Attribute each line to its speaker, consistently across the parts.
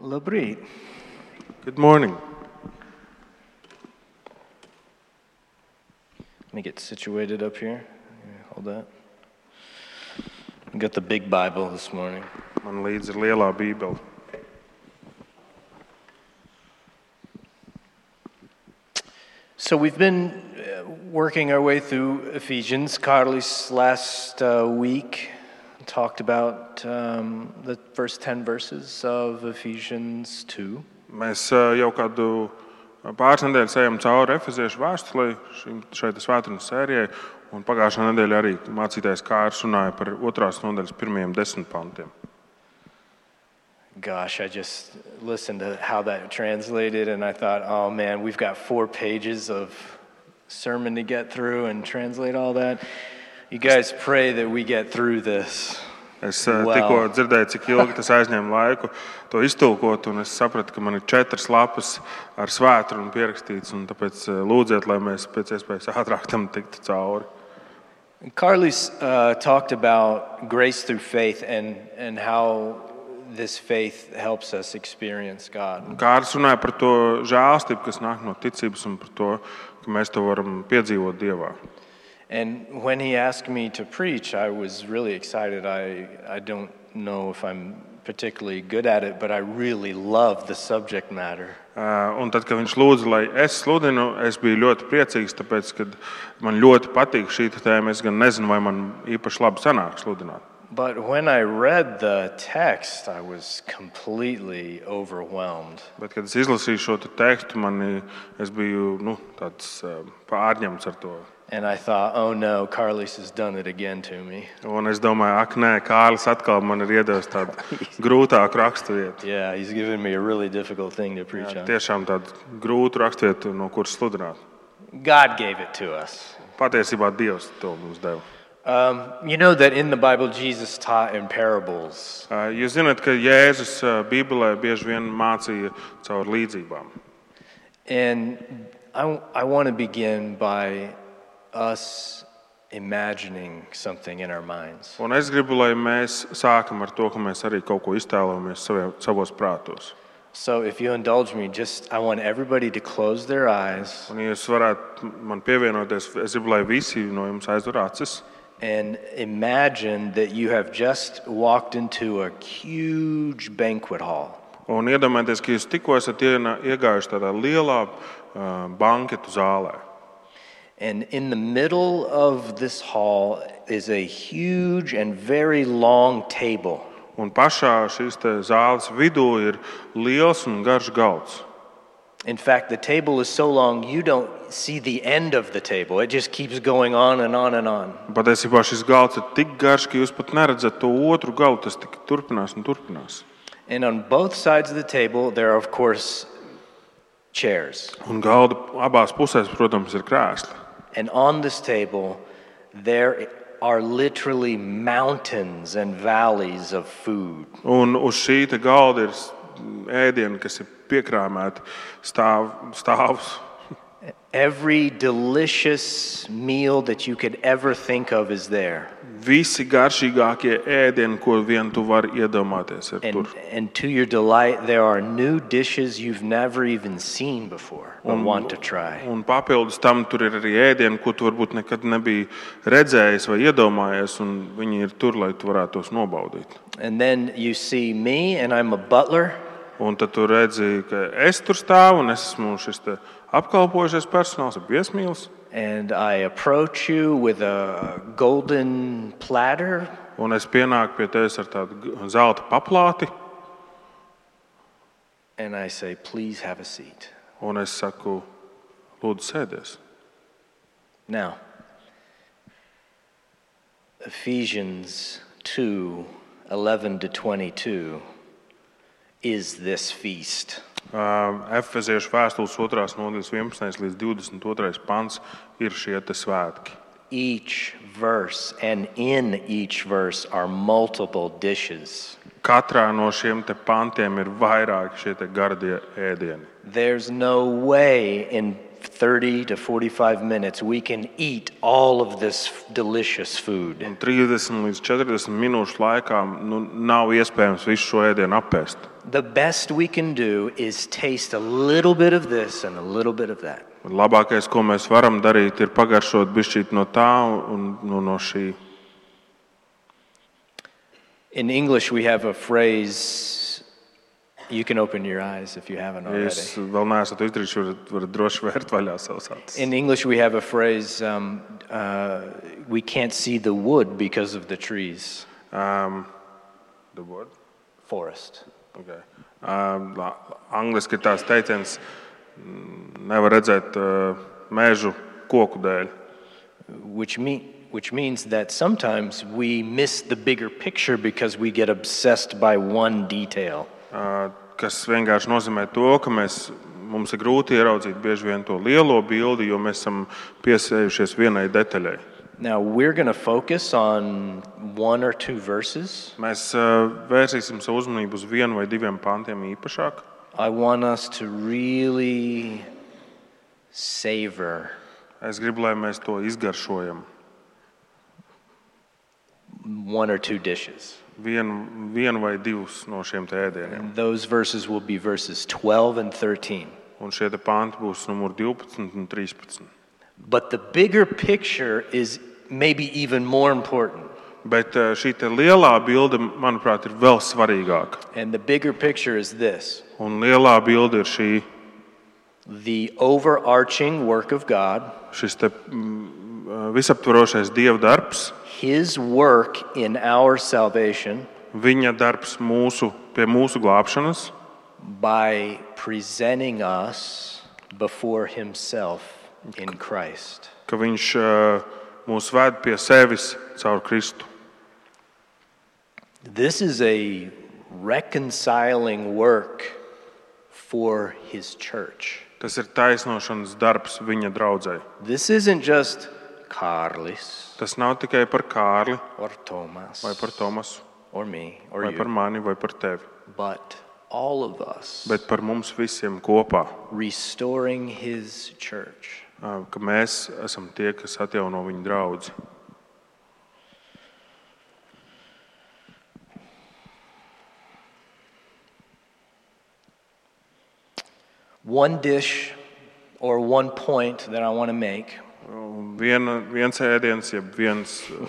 Speaker 1: Labrīt.
Speaker 2: Good morning.
Speaker 1: Let me get situated up here. Yeah, Hold that. I got the big Bible this morning.
Speaker 2: Man līdzi ir lielā bībele.
Speaker 1: So we've been uh, working our way through Ephesians. Carlos last uh, week talked about um, the first 10 verses of Ephesians 2.
Speaker 2: Mēs eh, jau kādu eh, pāris nedēļas ejam cauri efeziešu vēstulē, šim- šai te svētdienas sērijai. Un pagājušā nedēļa arī mācītājs Kārs runāja par otrās nodaļas pirmajiem desmit pantiem.
Speaker 1: Gosh, I just listened to how that translated, and I thought, oh man, we've got four pages of sermon to get through and translate all that. You guys pray that we get through this.
Speaker 2: Es eh,
Speaker 1: Wow.
Speaker 2: tikko dzirdēju, cik ilgi tas aizņēma laiku to iztulkot, un es sapratu, ka man ir četras lapas ar svētkrunu pierakstīts. un Tāpēc eh, lūdziet, lai mēs pēc iespējas ātrāk tam tiktu cauri.
Speaker 1: Carlos uh, talked about grace through faith and, and how this faith helps us experience God.
Speaker 2: Kārs runāja par to žēlstību, kas nāk no ticības, un par to, ka mēs to varam piedzīvot Dievā.
Speaker 1: And when he asked me to preach, I was really excited. I, I don't know if I'm particularly good at it, but I really love the subject matter.
Speaker 2: Eh, Un tad, kad viņš lūdza, lai es sludinu, es biju ļoti priecīgs, tāpēc, ka man ļoti patīk šī te tēma. Es gan nezinu, vai man īpaši labi sanāk sludināt.
Speaker 1: But when I read the text, I was completely overwhelmed.
Speaker 2: Bet, kad es izlasīju šo te tekstu, man, es biju nu, tāds, eh, pārņemts ar to.
Speaker 1: And I thought, oh no, Carlos has done it again to me.
Speaker 2: Un es domāju, ak, nē, Kārlis atkal man ir iedavis tādu grūtāku raksturvietu.
Speaker 1: Yeah, he's given me a really difficult thing to preach on.
Speaker 2: Tiešām tādu grūtu raksturvietu, no kuras sludināt.
Speaker 1: God gave it to us.
Speaker 2: Patiesībā Dievs to mums deva.
Speaker 1: Um, you know that in the Bible, Jesus taught in parables.
Speaker 2: Uh, Jūs zināt, ka Jēzus uh, Bībelē bieži vien mācīja caur līdzībām.
Speaker 1: And I, I want to begin by us imagining something in our minds.
Speaker 2: Un es gribu, lai mēs sākam ar to, ka mēs arī kaut ko iztēlojamies savie- savos prātos.
Speaker 1: So if you indulge me, just I want everybody to close their eyes.
Speaker 2: Un, ja jūs varētu man pievienoties, es gribu, lai visi no jums aizver acis
Speaker 1: and imagine that you have just walked into a huge banquet hall.
Speaker 2: un iedomājieties, ka jūs tikko esat ienā- iegājuši tādā lielā uh, banketu zālē.
Speaker 1: And in the middle of this hall is a huge and very long table.
Speaker 2: Un pašā šīs te zāles vidū ir liels un garš galds.
Speaker 1: In fact, the table is so long you don't see the end of the table. It just keeps going on and on and on.
Speaker 2: Patiesībā šis galds ir tik garš, ka jūs pat neredzat to otru galu. Tas tik turpinās un turpinās.
Speaker 1: And on both sides of the table, there are, of course, chairs.
Speaker 2: Un galda abās pusēs, protams, ir krēsli.
Speaker 1: And on this table, there are literally mountains and valleys of food.
Speaker 2: Un uz šī te galda ir s- ēdieni, kas ir piekrāmēti stāv, stāvus.
Speaker 1: Every delicious meal that you could ever think of is there.
Speaker 2: Visi garšīgākie ēdieni, ko vien tu vari iedomāties, ir
Speaker 1: And,
Speaker 2: tur.
Speaker 1: and to your delight, there are new dishes you've never even seen before or want to try.
Speaker 2: Un papildus tam tur ir arī ēdieni, ko tu varbūt nekad nebija redzējis vai iedomājies, un viņi ir tur, lai tu varētu tos nobaudīt.
Speaker 1: And then you see me, and I'm a butler,
Speaker 2: Un tad tu redzi, ka es tur stāvu un es esmu šis te apkalpojušais personāls, ap viesmīlis.
Speaker 1: and I approach you with a golden platter,
Speaker 2: Un es pienāku pie tevis ar tādu g- zelta paplāti,
Speaker 1: and I say, Please have a seat.
Speaker 2: un es saku, lūdzu, sēdies.
Speaker 1: Now, Ephesians 2 11 to 22 is this feast.
Speaker 2: Ā, Efeziešu vēstules 2. nodaļas 11. līdz 22. pants ir šie te svētki.
Speaker 1: Each verse and in each verse are multiple dishes.
Speaker 2: Katrā no šiem te pantiem ir vairāki šie te gardie ēdieni.
Speaker 1: There's no way in 30 to 45 minutes, we can eat all of this delicious food.
Speaker 2: Un 30 līdz 40 minūšu laikā nu, nav iespējams visu šo ēdienu apēst.
Speaker 1: The best we can do is taste a little bit of this and a little bit of that.
Speaker 2: Un Labākais, ko mēs varam darīt, ir pagaršot bišķīt no tā un nu, no šī.
Speaker 1: In English, we have a phrase you can open your eyes if you haven't
Speaker 2: Ja
Speaker 1: already.
Speaker 2: jūs vēl neesat izdarījis, varat, varat droši vērt vaļā savus acis.
Speaker 1: In English, we have a phrase um, uh, we can't see the wood because of the trees.
Speaker 2: Um, the word?
Speaker 1: Forest.
Speaker 2: Okay. Um, la- Angliski ir tāds teiciens, mm, nevar redzēt uh, mežu koku dēļ.
Speaker 1: Which, mean, which means that sometimes we miss the bigger picture because we get obsessed by one detail.
Speaker 2: Uh, kas vienkārši nozīmē to, ka mēs, mums ir grūti ieraudzīt bieži vien to lielo bildi, jo mēs esam piesējušies vienai detaļai.
Speaker 1: Now, we're going to focus on one or two verses.
Speaker 2: Mēs uh, vērsīsim savu uzmanību uz vienu vai diviem pantiem īpašāk.
Speaker 1: I want us to really savor
Speaker 2: Es gribu, lai mēs to izgaršojam.
Speaker 1: one or two dishes.
Speaker 2: Vienu, vienu vai divus no šiem te ēdieniem.
Speaker 1: Those verses will be verses 12 and 13.
Speaker 2: Un šie te panti būs numur 12 un 13.
Speaker 1: But the bigger picture is maybe even more important.
Speaker 2: Bet eh, šī te lielā bilde, manuprāt, ir vēl svarīgāka.
Speaker 1: And the bigger picture is this
Speaker 2: Un lielā bilde ir šī,
Speaker 1: the overarching work of God,
Speaker 2: šis te, mm, visaptvarošais dieva darbs,
Speaker 1: His work in our salvation
Speaker 2: viņa darbs mūsu, pie mūsu glābšanas,
Speaker 1: by presenting us before Himself in Christ.
Speaker 2: ka viņš eh, mūs ved pie sevis caur Kristu.
Speaker 1: This is a reconciling work for His church.
Speaker 2: Tas ir taisnošanas darbs viņa draudzē.
Speaker 1: This isn't just Carlis
Speaker 2: Tas nav tikai par Kārli,
Speaker 1: or Thomas
Speaker 2: vai par Tomasu,
Speaker 1: or me or
Speaker 2: vai
Speaker 1: you.
Speaker 2: par mani, vai par tevi,
Speaker 1: but all of us
Speaker 2: bet par mums visiem kopā,
Speaker 1: restoring his church.
Speaker 2: eh, ka mēs esam tie, kas atjauno viņa draugu.
Speaker 1: One dish or one point that I want to make
Speaker 2: Un Viena, viens ēdiens, jeb viens uh,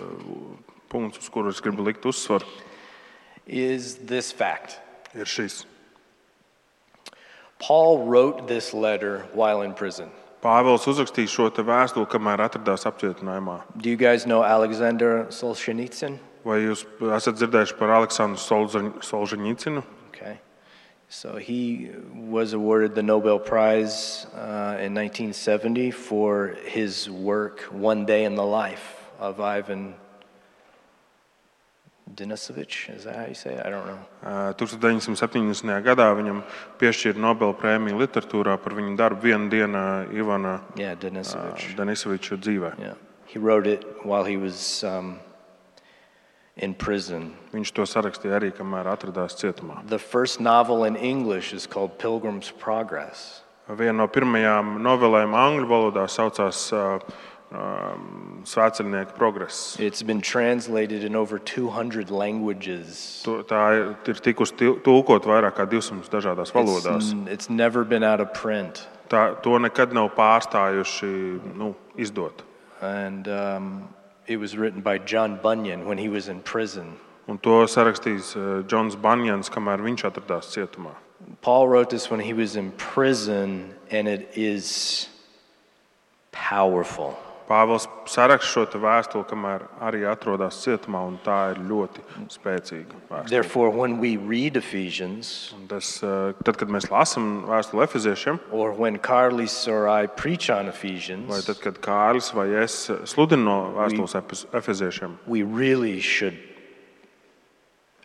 Speaker 2: punkts, uz kuru es gribu likt uzsvaru,
Speaker 1: is this fact.
Speaker 2: ir šis.
Speaker 1: Paul wrote this letter while in prison.
Speaker 2: Pāvils uzrakstīja šo te vēstuli, kamēr atradās apcietinājumā.
Speaker 1: Do you guys know Alexander Solzhenitsyn?
Speaker 2: Vai jūs esat dzirdējuši par Aleksandru Solzhen- Solzhenīcinu?
Speaker 1: Okay. So he was awarded the Nobel Prize uh, in 1970 for his work, One Day in the Life of Ivan Denisovich. Is that how you say it? I don't know.
Speaker 2: Uh, 1970. gadā viņam piešķīra Nobela prēmiju literatūrā par viņa darbu vienu dienu Ivana
Speaker 1: Yeah, Denisovich.
Speaker 2: Uh, Denisoviča dzīvē.
Speaker 1: Yeah. He wrote it while he was um, in prison.
Speaker 2: Viņš to sarakstīja arī, kamēr atradās cietumā.
Speaker 1: The first novel in English is called Pilgrim's Progress.
Speaker 2: Viena no pirmajām novelēm angļu valodā saucās uh, um, Svētceļnieka progress.
Speaker 1: It's been translated in over 200 languages.
Speaker 2: To- Tā ir- ir tikusi til- tulkot vairāk kā 200
Speaker 1: It's,
Speaker 2: dažādās valodās.
Speaker 1: n- it's never been out of print.
Speaker 2: Tā, to nekad nav pārstājuši nu, izdot.
Speaker 1: And um, it was written by John Bunyan when he was in prison.
Speaker 2: Un to sarakstīs eh, Džons Banjans, kamēr viņš atradās cietumā.
Speaker 1: Paul wrote this when he was in prison, and it is powerful.
Speaker 2: Pāvils saraksta šo te vēstuli, kamēr arī atrodas cietumā, un tā ir ļoti spēcīga vēstule.
Speaker 1: Therefore, when we read Ephesians,
Speaker 2: Un Tas, eh, tad, kad mēs lasām vēstuli Efeziešiem,
Speaker 1: or when Carlis or I preach on
Speaker 2: vai
Speaker 1: Ephesians,
Speaker 2: tad, kad Kārlis vai es sludinu no vēstules Epes- Efeziešiem,
Speaker 1: we really should,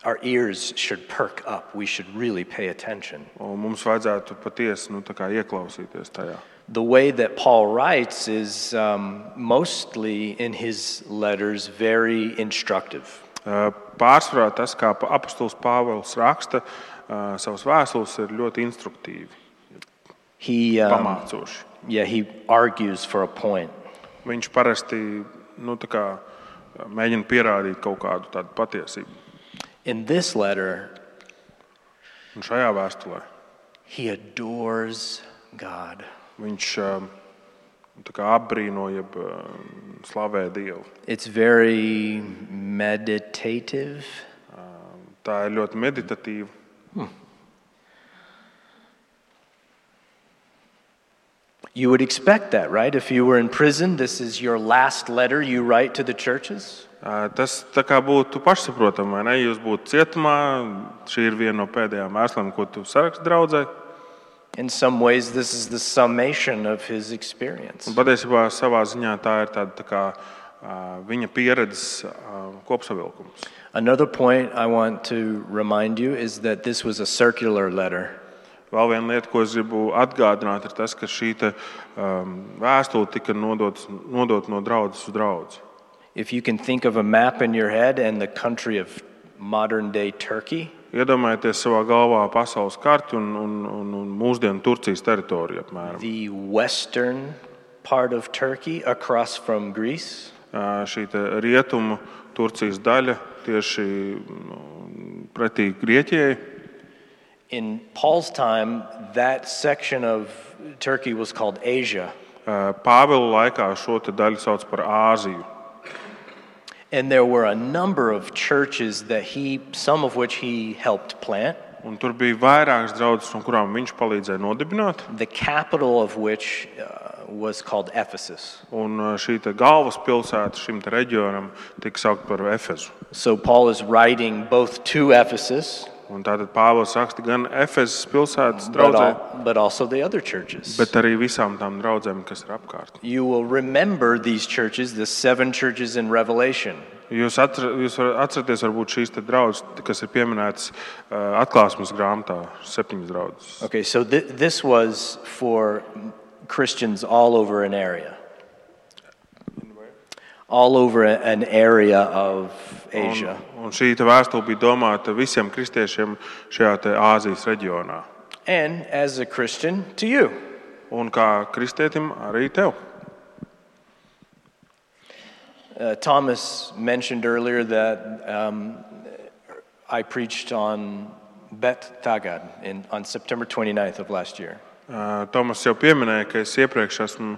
Speaker 1: our ears should perk up. We should really pay attention.
Speaker 2: un mums vajadzētu patiesi nu, tā kā ieklausīties tajā.
Speaker 1: The way that Paul writes is um, mostly in his letters very instructive.
Speaker 2: Pārsvarā tas, kā pa- apustulis Pāvils raksta eh, savas vēstules, ir ļoti instruktīvi,
Speaker 1: He, um,
Speaker 2: pamācoši.
Speaker 1: Yeah, he argues for a point.
Speaker 2: Viņš parasti nu, tā kā, mēģina pierādīt kaut kādu tādu patiesību.
Speaker 1: In this letter,
Speaker 2: Un šajā vēstulē
Speaker 1: he adores God.
Speaker 2: viņš um, tā kā apbrīno, jeb um, slavē Dievu.
Speaker 1: It's very meditative.
Speaker 2: Tā ir ļoti meditatīva.
Speaker 1: You would expect that, right? If you were in prison, this is your last letter you write to the churches.
Speaker 2: Uh, Tas tā kā būtu pašsaprotami, vai ne? Jūs būtu cietumā, šī ir viena no pēdējām vēstulēm, ko tu saraksti draudzē.
Speaker 1: In some ways, this is the summation of his experience.
Speaker 2: Un Patiesībā savā ziņā tā ir tāda, tā kā, uh, viņa pieredzes uh, kopsavilkums.
Speaker 1: Another point I want to remind you is that this was a circular letter.
Speaker 2: Vēl viena lieta, ko es gribu atgādināt, ir tas, ka šī te, um, vēstule tika nodota nodot no draudzes uz draugu.
Speaker 1: If you can think of a map in your head and the country of modern day Turkey,
Speaker 2: Iedomājieties savā galvā pasaules karti un, un, un, un mūsdienu Turcijas teritoriju. Apmēram.
Speaker 1: the western part of Turkey across from Greece,
Speaker 2: Uh, Šī te rietumu Turcijas daļa tieši nu, pretī Grieķijai.
Speaker 1: in Paul's time, that section of Turkey was called Asia.
Speaker 2: Uh, Pāvila laikā šo te daļu sauc par Āziju.
Speaker 1: And there were a number of churches that he, some of which he helped plant,
Speaker 2: Un tur bija vairākas draudzes, no kurām viņš palīdzēja nodibināt.
Speaker 1: the capital of which uh, was called Ephesus.
Speaker 2: Un uh, šī te galvaspilsēta šim te reģionam tika saukta par Efezu.
Speaker 1: So Paul is writing both to Ephesus,
Speaker 2: Un tātad Pāvils raksta gan Efezas pilsētas
Speaker 1: but,
Speaker 2: draugiem,
Speaker 1: al- but also the other churches.
Speaker 2: bet arī visām tām draudzēm, kas ir apkārt.
Speaker 1: you will remember these churches, the seven churches in Revelation.
Speaker 2: Jūs, atr jūs varat atcerieties, varbūt šīs te draudzes, kas ir pieminētas uh, atklāsmes grāmatā, septiņas draudzes.
Speaker 1: Okay, so th- this was for Christians all over an area. All over a- an area of Asia.
Speaker 2: Un, un šī te vēstule bija domāta visiem kristiešiem šajā te Āzijas reģionā.
Speaker 1: And as a Christian, to you.
Speaker 2: Un kā kristietim, arī tev.
Speaker 1: Uh, Thomas mentioned earlier that um, I preached on Bet Tagad in, on September 29th of last year.
Speaker 2: Uh, Tomas jau pieminēja, ka es iepriekš esmu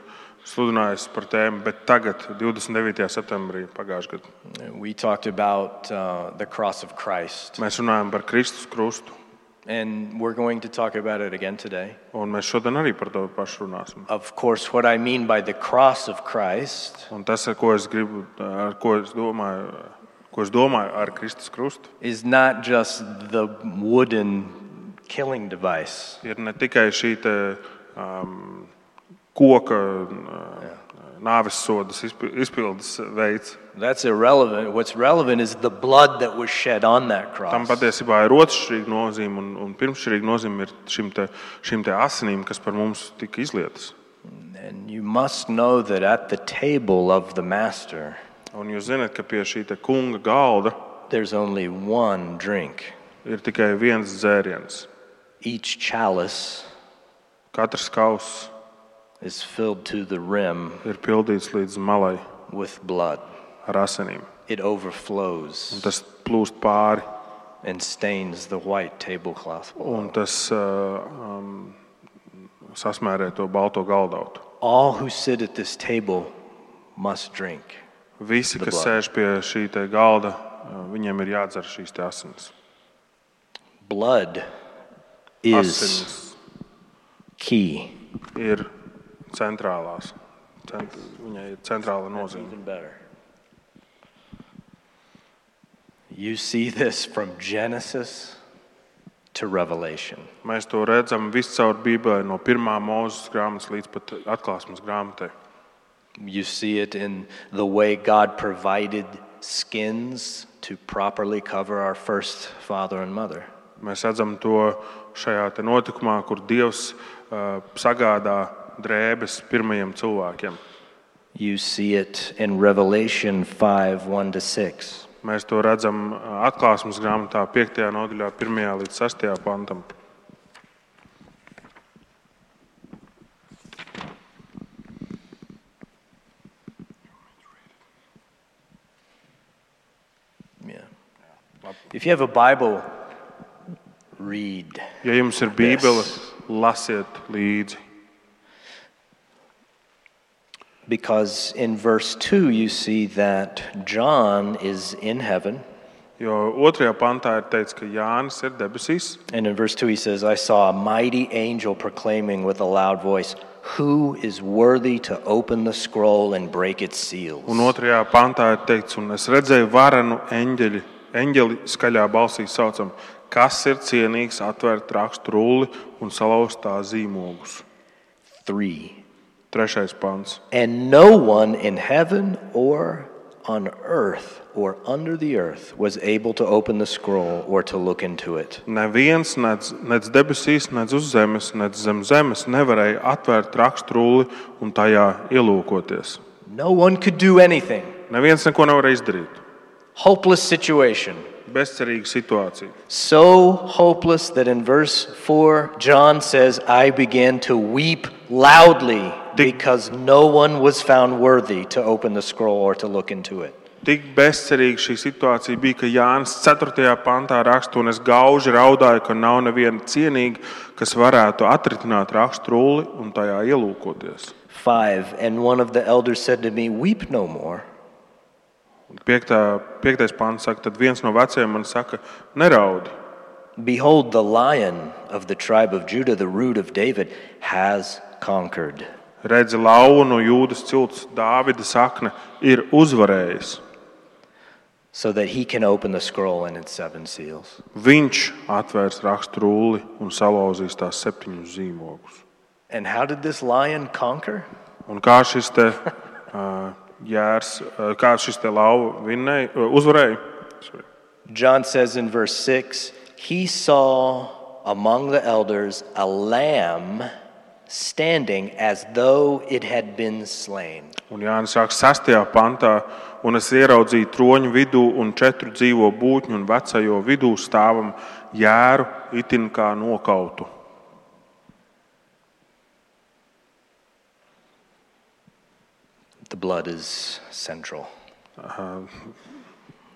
Speaker 2: sludinājis par tēmu, bet tagad, 29. septembrī pagājušajā gadā,
Speaker 1: We talked about uh, the cross of Christ,
Speaker 2: mēs runājam par Kristus krustu.
Speaker 1: and we're going to talk about it again today.
Speaker 2: Un mēs šodien arī par to pašu runāsim.
Speaker 1: Of course, what I mean by the cross of Christ
Speaker 2: Un tas, ar ko es gribu, ar ko es domāju, ko es domāju ar Kristus krustu,
Speaker 1: is not just the wooden killing device,
Speaker 2: ir ne tikai šī te, um, koka uh, nāves sodas izpi- izpildes veids.
Speaker 1: that's irrelevant. What's relevant is the blood that was shed on that
Speaker 2: Tam
Speaker 1: cross.
Speaker 2: patiesībā ir otršķirīga nozīme, un, un pirmšķirīga nozīme ir šim te, šim te asinīm, kas par mums tika izlietas.
Speaker 1: And you must know that at the table of the Master,
Speaker 2: Un jūs zināt, ka pie šī te kunga galda
Speaker 1: there's only one drink.
Speaker 2: ir tikai viens dzēriens.
Speaker 1: Each chalice
Speaker 2: Katrs kauss
Speaker 1: is filled to the rim
Speaker 2: ir pildīts līdz malai
Speaker 1: with blood,
Speaker 2: ar asinīm.
Speaker 1: it
Speaker 2: Un
Speaker 1: overflows
Speaker 2: tas plūst pāri
Speaker 1: and stains the white tablecloth.
Speaker 2: un tas uh, um, sasmērē to balto galdautu.
Speaker 1: All who sit at this table must drink.
Speaker 2: Visi, kas
Speaker 1: Labāk.
Speaker 2: sēž pie šī te galda, uh, viņiem ir jādzer šīs te asins.
Speaker 1: Blood is
Speaker 2: Asins
Speaker 1: key.
Speaker 2: ir centrālās. Cent, viņai ir centrāla nozīme.
Speaker 1: Even better. You see this from Genesis to Revelation.
Speaker 2: Mēs to redzam viscaur Bībelē, no pirmā mūzes grāmatas līdz pat atklāsmes grāmatai.
Speaker 1: You see it in the way God provided skins to properly cover our first father and mother.
Speaker 2: Mēs redzam to šajā te notikumā, kur Dievs uh, sagādā drēbes pirmajiem cilvēkiem.
Speaker 1: You see it in Revelation 5 1 to 6.
Speaker 2: Mēs to redzam ā, atklāsmes grāmatā, 5. nodaļā, 1. līdz 6. pantam.
Speaker 1: If you have a Bible, read.
Speaker 2: Ja jums ir Bībele, lasiet līdzi.
Speaker 1: Because in verse 2, you see that John is in heaven.
Speaker 2: Jo otrajā pantā ir teikts, ka Jānis ir debesīs.
Speaker 1: And in verse 2, he says, I saw a mighty angel proclaiming with a loud voice, Who is worthy to open the scroll and break its
Speaker 2: Un
Speaker 1: seals?
Speaker 2: otrajā pantā ir teikts, un es redzēju varenu eņģeli. Eņģeli skaļā balsī saucam, kas ir cienīgs atvērt rakstu rulli un salauzt tā zīmogus.
Speaker 1: 3.
Speaker 2: Trešais pants.
Speaker 1: And no one in heaven or on earth or under the earth was able to open the scroll or to look into it.
Speaker 2: Neviens, nec, nec debesīs, nec uz zemes, nec zem zemes, nevarēja atvērt rakstu rulli un tajā ielūkoties.
Speaker 1: No one could do anything.
Speaker 2: Neviens neko nevarēja izdarīt.
Speaker 1: Hopeless situation.
Speaker 2: Bezcerīga situācija.
Speaker 1: So hopeless that in verse 4, John says, I began to weep loudly because no one was found worthy to open the scroll or to look into it.
Speaker 2: Tik bezcerīga šī situācija bija, ka Jānis 4. pantā raksta, un es gauži raudāju, ka nav neviena cienīga, kas varētu atritināt rakstu rulli un tajā ielūkoties.
Speaker 1: 5. And one of the elders said to me, Weep no more.
Speaker 2: 5. pants saka, tad viens no vecajiem man saka, neraudi.
Speaker 1: Behold, the lion of the tribe of Judah, the root of David, has conquered.
Speaker 2: Redzi, lauva no jūdas cilts, Dāvida sakne ir uzvarējis.
Speaker 1: So that he can open the scroll and its seven seals.
Speaker 2: Viņš atvērs rakstu rulli un salauzīs tās septiņus zīmogus.
Speaker 1: And how did this lion conquer?
Speaker 2: Un kā šis te, uh, jērs, uh, kā šis te lauva vinnēja, uh, uzvarēja? Sorry.
Speaker 1: John says in verse 6 He saw among the elders a lamb standing as though it had been slain.
Speaker 2: Un Jānis sāk 6. pantā, un es ieraudzīju troņu vidū un četru dzīvo būtņu un vecajo vidū stāvam jēru itin kā nokautu.
Speaker 1: The blood is central,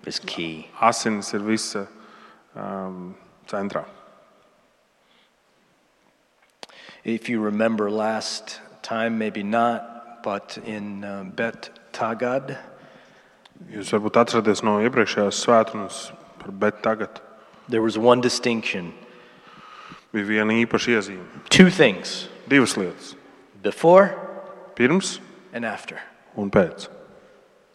Speaker 1: is key.
Speaker 2: Asins ir visa um, centrā.
Speaker 1: If you remember last time, maybe not, but in uh, Bet Tagad,
Speaker 2: Jūs varbūt atceraties no iepriekšējās svētdienas, bet tagad
Speaker 1: there was one distinction
Speaker 2: bija viena īpaša iezīme.
Speaker 1: two things
Speaker 2: Divas lietas
Speaker 1: before
Speaker 2: - pirms
Speaker 1: and after.
Speaker 2: un pēc.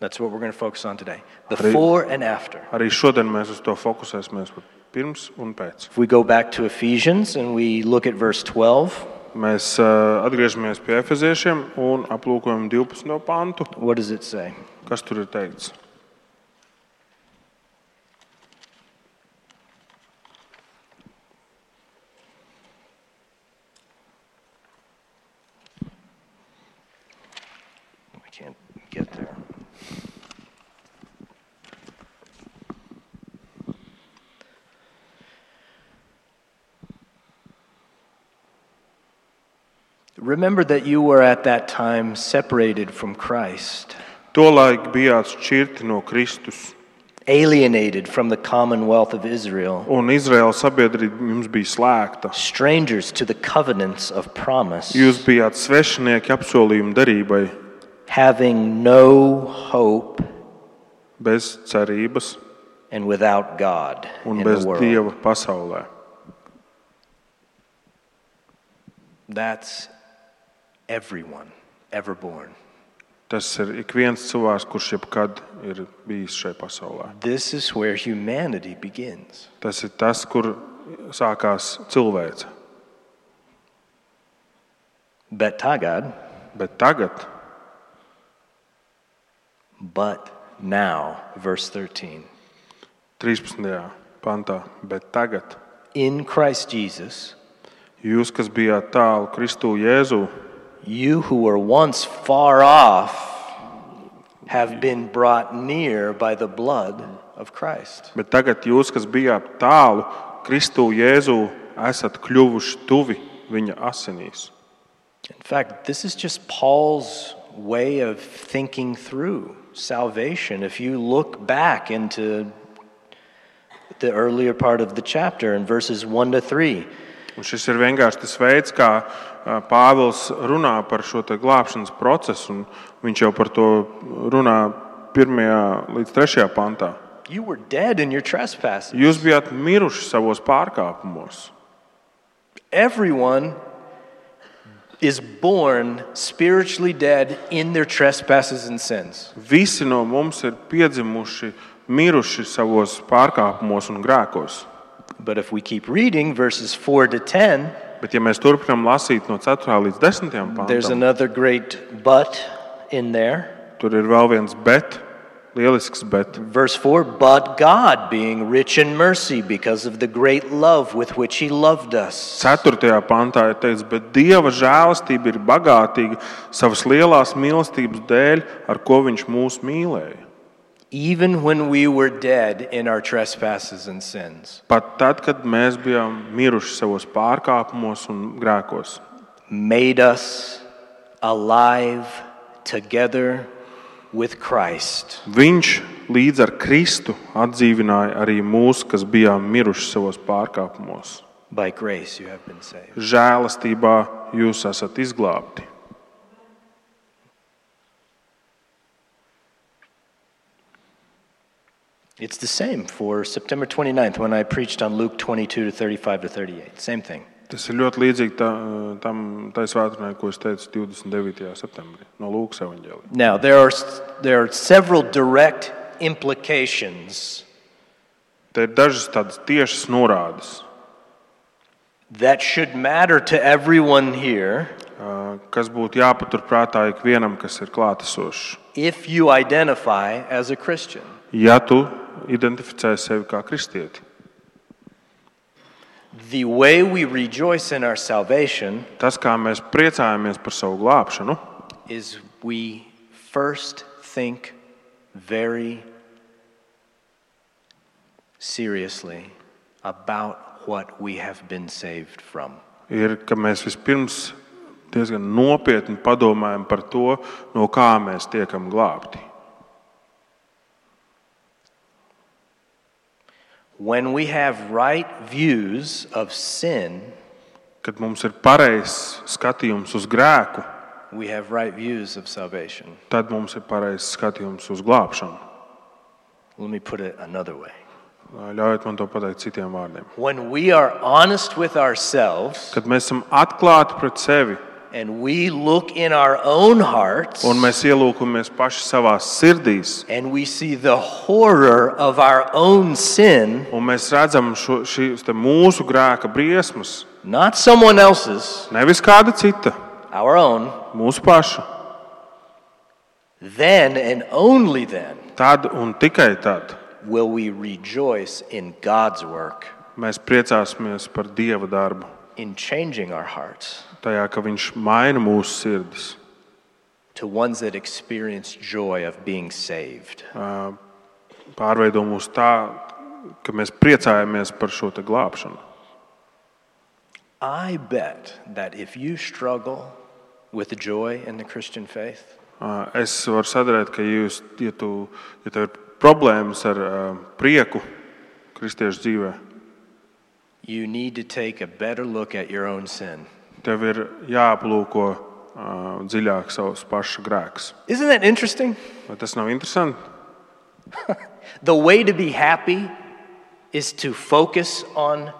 Speaker 1: That's what we're going to focus on today. Before and after.
Speaker 2: Arī šodien mēs uz to fokusēsimies. par Pirms un pēc.
Speaker 1: If we go back to Ephesians and we look at verse 12,
Speaker 2: Mēs uh, atgriežamies pie efeziešiem un aplūkojam 12. pantu.
Speaker 1: what does it say?
Speaker 2: Kas tur ir teikts?
Speaker 1: We can't get there. Remember that you were at that time separated from Christ,
Speaker 2: Tolaik bijāt šķirti no Kristus,
Speaker 1: alienated from the commonwealth of Israel,
Speaker 2: un Izraēlas sabiedrība jums bija slēgta.
Speaker 1: strangers to the covenants of promise,
Speaker 2: Jūs bijāt svešinieki apsolījuma derībai,
Speaker 1: having no hope
Speaker 2: bez cerības
Speaker 1: and without God
Speaker 2: un
Speaker 1: in
Speaker 2: bez
Speaker 1: the world.
Speaker 2: dieva pasaulē.
Speaker 1: That's everyone ever born.
Speaker 2: Tas ir ik viens cilvēks, kurš jebkad ir bijis šajā pasaulē.
Speaker 1: This is where humanity begins.
Speaker 2: Tas ir tas, kur sākās cilvēce.
Speaker 1: Bet tagad,
Speaker 2: Bet tagad,
Speaker 1: but now, verse 13.
Speaker 2: 13. pantā, bet tagad
Speaker 1: In Christ Jesus,
Speaker 2: jūs, kas bijāt tālu Kristū Jēzū,
Speaker 1: you who were once far off have been brought near by the blood of Christ.
Speaker 2: Bet tagad jūs, kas bijāt tālu, Kristū Jēzū, esat kļuvuši tuvi viņa asinīs.
Speaker 1: In fact, this is just Paul's way of thinking through salvation. If you look back into the earlier part of the chapter in verses 1 to 3.
Speaker 2: Un šis ir vienkārši tas veids, kā ā, Pāvils runā par šo te glābšanas procesu. un Viņš jau par to runā 1 līdz 3 pantā.
Speaker 1: You were dead in your trespasses.
Speaker 2: Jūs bijāt miruši savos pārkāpumos.
Speaker 1: Everyone is born spiritually dead in their trespasses and sins.
Speaker 2: Visi no mums ir piedzimuši, miruši savos pārkāpumos un grēkos.
Speaker 1: But if we keep reading verses 4 to 10,
Speaker 2: Bet, ja mēs turpinām lasīt no 4 līdz 10
Speaker 1: there's
Speaker 2: pantam,
Speaker 1: another great but in there.
Speaker 2: tur ir vēl viens bet, lielisks bet.
Speaker 1: Verse 4 But God, being rich in mercy because of the great love with which He loved us.
Speaker 2: 4. pantā ir teikts, bet Dieva žēlastība ir bagātīga savas lielās mīlestības dēļ, ar ko Viņš mūs mīlēja.
Speaker 1: Even when we were dead in our trespasses and sins,
Speaker 2: Pat tad, kad mēs bijām miruši savos pārkāpumos un grēkos,
Speaker 1: made us alive together with Christ.
Speaker 2: Viņš līdz ar Kristu atdzīvināja arī mūs, kas bijām miruši savos pārkāpumos.
Speaker 1: By grace you have been saved.
Speaker 2: Žēlastībā jūs esat izglābti.
Speaker 1: It's the same for September 29th when I preached on Luke 22 to 35 to 38. Same thing.
Speaker 2: Tas ir ļoti līdzīgi tā, eh, tam taisvētdienai, ko es teicu 29. septembrī no Lūkas evanģēlī.
Speaker 1: Now, there are, there are several direct implications
Speaker 2: Te ir dažas tādas tiešas norādes,
Speaker 1: that should matter to everyone here
Speaker 2: ā, eh, kas būtu jāpaturprātā ikvienam, kas ir klātesošs.
Speaker 1: if you identify as a Christian.
Speaker 2: Ja tu identificē sevi kā kristieti,
Speaker 1: The way we rejoice in our salvation
Speaker 2: tas, kā mēs priecājamies par savu glābšanu,
Speaker 1: is we first think very seriously about what we have been saved from.
Speaker 2: ir, ka mēs vispirms diezgan nopietni padomājam par to, no kā mēs tiekam glābti.
Speaker 1: When we have right views of sin,
Speaker 2: Kad mums ir pareizs skatījums uz grēku,
Speaker 1: we have right views of salvation.
Speaker 2: tad mums ir pareizs skatījums uz glābšanu.
Speaker 1: Let me put it another way.
Speaker 2: Ļaujiet man to pateikt citiem vārdiem.
Speaker 1: When we are honest with ourselves
Speaker 2: Kad mēs esam atklāti pret sevi
Speaker 1: and we look in our own hearts
Speaker 2: un mēs ielūkojamies paši savā sirdīs,
Speaker 1: and we see the horror of our own sin,
Speaker 2: un mēs redzam šo, šīs te mūsu grēka briesmas,
Speaker 1: not someone else's,
Speaker 2: nevis kāda cita,
Speaker 1: our own,
Speaker 2: mūsu paša,
Speaker 1: then and only then
Speaker 2: tad un tikai tad
Speaker 1: will we rejoice in God's work
Speaker 2: mēs priecāsimies par Dieva darbu.
Speaker 1: in changing our hearts
Speaker 2: tajā, ka Viņš maina mūsu sirdis
Speaker 1: to ones that experience joy of being saved.
Speaker 2: pārveido mūs tā, ka mēs priecājamies par šo te glābšanu.
Speaker 1: I bet that if you struggle with joy in the Christian faith,
Speaker 2: Ā, Es varu sadarīt, ka jūs, ja, tu, ja tev ir problēmas ar ā, prieku kristiešu dzīvē,
Speaker 1: you need to take a better look at your own sin.
Speaker 2: tev ir jāaplūko ā, dziļāk savus pašu grēkus.
Speaker 1: Isn't that interesting?
Speaker 2: Vai tas nav interesanti?
Speaker 1: The way to be happy is to focus on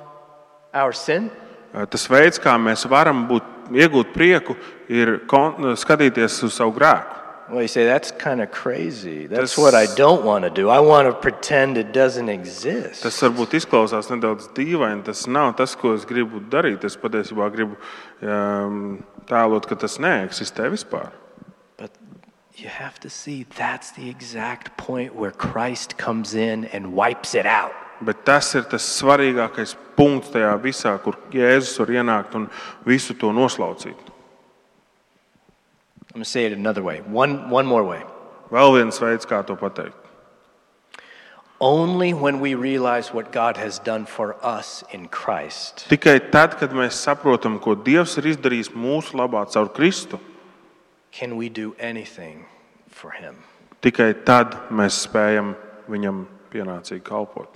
Speaker 1: our sin.
Speaker 2: Ā, Tas veids, kā mēs varam būt, iegūt prieku, ir kon, skatīties uz savu grēku.
Speaker 1: Well, you say, that's kind of crazy. That's
Speaker 2: That's-
Speaker 1: what I don't want to do. I want to pretend it doesn't exist.
Speaker 2: Tas varbūt izklausās nedaudz dīvaini. Tas nav tas, ko es gribu darīt. Es patiesībā gribu um, tēlot, ka tas neeksistē vispār.
Speaker 1: But you have to see that's the exact point where Christ comes in and wipes it out.
Speaker 2: Bet tas ir tas svarīgākais punkts tajā visā, kur Jēzus var ienākt un visu to noslaucīt.
Speaker 1: I'm going to say it another way, one, one more way.
Speaker 2: Vēl viens veids, kā to pateikt.
Speaker 1: Only when we realize what God has done for us in Christ
Speaker 2: Tikai tad, kad mēs saprotam, ko Dievs ir izdarījis mūsu labā caur Kristu,
Speaker 1: can we do anything for Him.
Speaker 2: tikai tad mēs spējam viņam pienācīgi kalpot.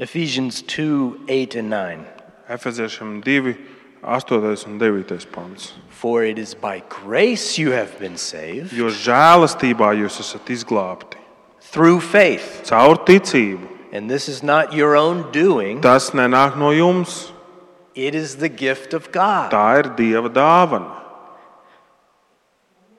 Speaker 1: Ephesians 2 8 and 9.
Speaker 2: Efeziešiem 2, 8 un 9 pāns.
Speaker 1: For it is by grace you have been saved
Speaker 2: Jo žēlastībā jūs esat izglābti
Speaker 1: through faith.
Speaker 2: caur ticību.
Speaker 1: And this is not your own doing,
Speaker 2: Tas nenāk no jums,
Speaker 1: it is the gift of God.
Speaker 2: tā ir Dieva dāvana.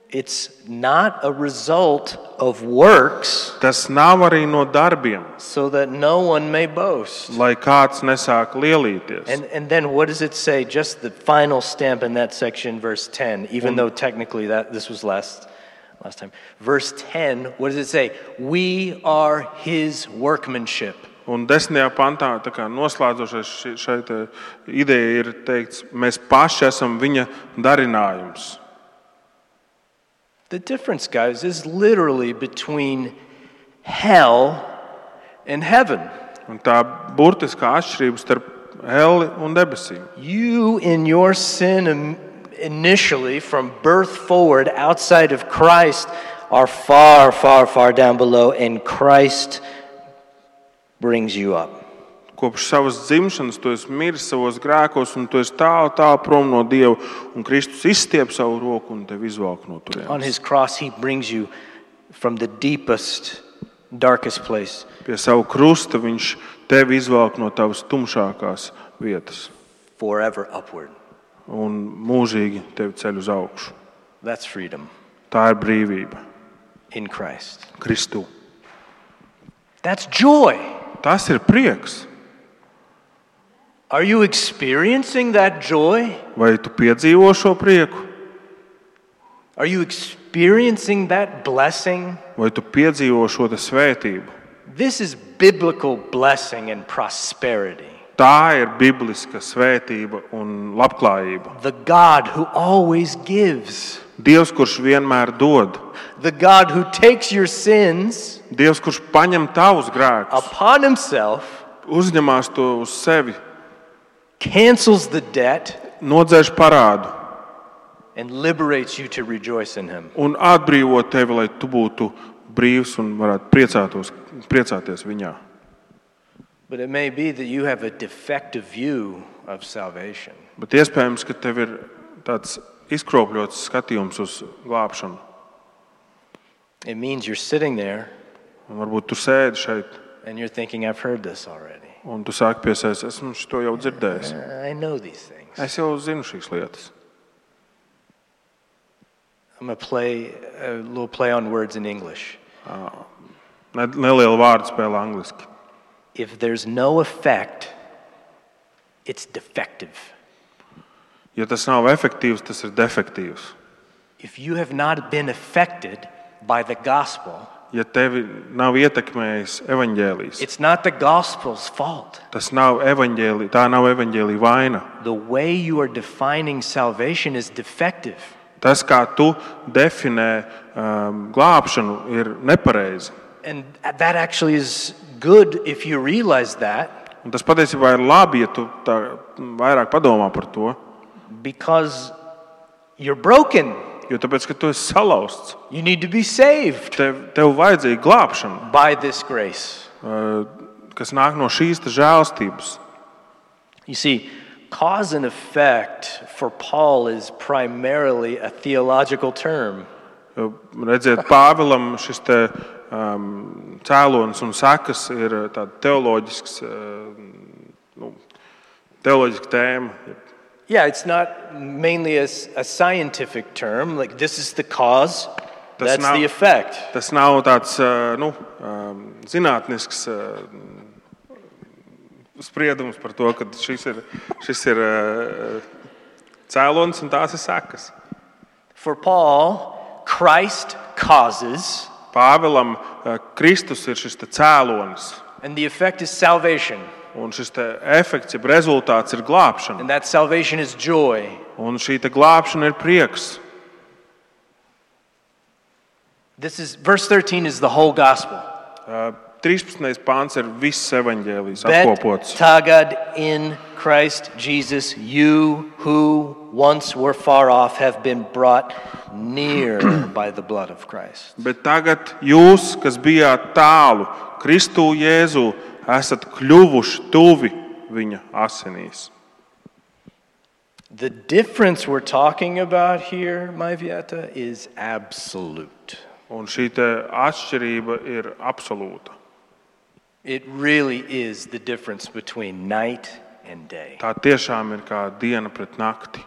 Speaker 1: It's not a result of works
Speaker 2: Tas nav arī no darbiem,
Speaker 1: so that no one may boast.
Speaker 2: lai kāds nesāk lielīties.
Speaker 1: And, and then what does it say? Just the final stamp in that section, verse 10, even though technically that this was last, last time. Verse 10, what does it say? We are his workmanship.
Speaker 2: Un desmitajā pantā, tā kā noslēdzošais ši- šai te ideja, ir teikts, mēs paši esam viņa darinājums.
Speaker 1: The difference, guys, is literally between hell and heaven.
Speaker 2: Un tā burtiskā atšķirība starp heli un debesīm.
Speaker 1: You, in your sin im- initially from birth forward outside of Christ, are far, far, far down below, and Christ brings you up.
Speaker 2: Kopš savas dzimšanas tu esi miris savos grēkos, un tu esi tālu, tālu prom no Dieva. Un Kristus izstiep savu roku un tevi izvelk no
Speaker 1: On
Speaker 2: turienes.
Speaker 1: his cross, he brings you from the deepest, darkest place.
Speaker 2: Pie savu krusta viņš tevi izvelk no tavas tumšākās vietas
Speaker 1: Forever upward.
Speaker 2: un mūžīgi tevi ceļ uz augšu.
Speaker 1: That's freedom
Speaker 2: Tā ir brīvība
Speaker 1: in Christ.
Speaker 2: Kristū.
Speaker 1: That's joy.
Speaker 2: Tas ir prieks.
Speaker 1: Are you experiencing that joy?
Speaker 2: Vai tu piedzīvo šo prieku,
Speaker 1: Are you experiencing that blessing?
Speaker 2: vai tu piedzīvo šo te svētību?
Speaker 1: This is biblical blessing and prosperity.
Speaker 2: Tā ir bibliska svētība un labklājība.
Speaker 1: The God who always gives,
Speaker 2: Dievs, kurš vienmēr dod,
Speaker 1: the God who takes your sins
Speaker 2: Dievs, kurš paņem tavus grēkus,
Speaker 1: upon himself,
Speaker 2: uzņemās to uz sevi,
Speaker 1: cancels the debt,
Speaker 2: nodzēš parādu
Speaker 1: and liberates you to rejoice in him.
Speaker 2: un atbrīvo tevi, lai tu būtu brīvs un varētu priecātos, priecāties viņā.
Speaker 1: But it may be that you have a defective view of salvation.
Speaker 2: Bet iespējams, ka tev ir tāds izkropļots skatījums uz glābšanu.
Speaker 1: It means you're sitting there
Speaker 2: Un varbūt tu sēdi šeit
Speaker 1: and you're thinking, I've heard this already.
Speaker 2: un tu sāki piesaistīt, esmu to jau dzirdējis.
Speaker 1: I know these things.
Speaker 2: Es jau zinu šīs lietas.
Speaker 1: I'm going to play a little play on words in English.
Speaker 2: Ne- Neliela vārdu spēle angliski.
Speaker 1: If there's no effect, it's defective.
Speaker 2: Ja tas nav efektīvs, tas ir defektīvs.
Speaker 1: If you have not been affected by the gospel,
Speaker 2: Ja tevi nav ietekmējis evaņģēlijs,
Speaker 1: it's not the gospel's fault.
Speaker 2: tas nav evaņģēlī, tā nav evaņģēlīja vaina.
Speaker 1: The way you are defining salvation is defective.
Speaker 2: Tas, kā tu definē um, glābšanu, ir nepareizi.
Speaker 1: And that actually is good if you realize that
Speaker 2: Un tas patiesībā ir labi, ja tu tā, mm, vairāk padomā par to.
Speaker 1: because you're broken.
Speaker 2: Jo tāpēc, ka tu esi salauzts,
Speaker 1: You need to be saved
Speaker 2: tev, tev vajadzīga glābšana,
Speaker 1: by this grace.
Speaker 2: uh, kas nāk no šīs te žēlstības.
Speaker 1: You see, cause and effect for Paul is primarily a theological term.
Speaker 2: Jo, Uh, Redziet, Pāvēlam šis te, um, cēlonis un sakas ir eh, tāda teoloģisks, eh, nu, teoloģiska tēma.
Speaker 1: Yeah, it's not mainly a, s- a scientific term. Like, this is the cause,
Speaker 2: That's
Speaker 1: that's
Speaker 2: not-
Speaker 1: the effect.
Speaker 2: Tas nav tāds eh, nu, um, zinātnisks eh, spriedums par to, ka šis ir, šis ir eh, cēlonis un tās ir sakas.
Speaker 1: For Paul, Christ causes,
Speaker 2: Pāvēlam eh, Kristus ir šis te cēlonis.
Speaker 1: and the effect is salvation.
Speaker 2: Un šis te efekts, jeb rezultāts ir glābšana.
Speaker 1: And that salvation is joy.
Speaker 2: Un šī te glābšana ir prieks.
Speaker 1: This is verse 13 is the whole gospel.
Speaker 2: Uh, 13. pāns ir viss evanģēlijas
Speaker 1: Bet
Speaker 2: apkopots.
Speaker 1: tagad in Christ Jesus, you who once were far off have been brought near by the blood of Christ.
Speaker 2: Bet tagad jūs, kas bijāt tālu, Kristū Jēzu, esat kļuvuši tuvi viņa asinīs.
Speaker 1: The difference we're talking about here, Maivieta, is absolute.
Speaker 2: Un šī te atšķirība ir absolūta.
Speaker 1: It really is the difference between night and day.
Speaker 2: Tā tiešām ir kā diena pret nakti.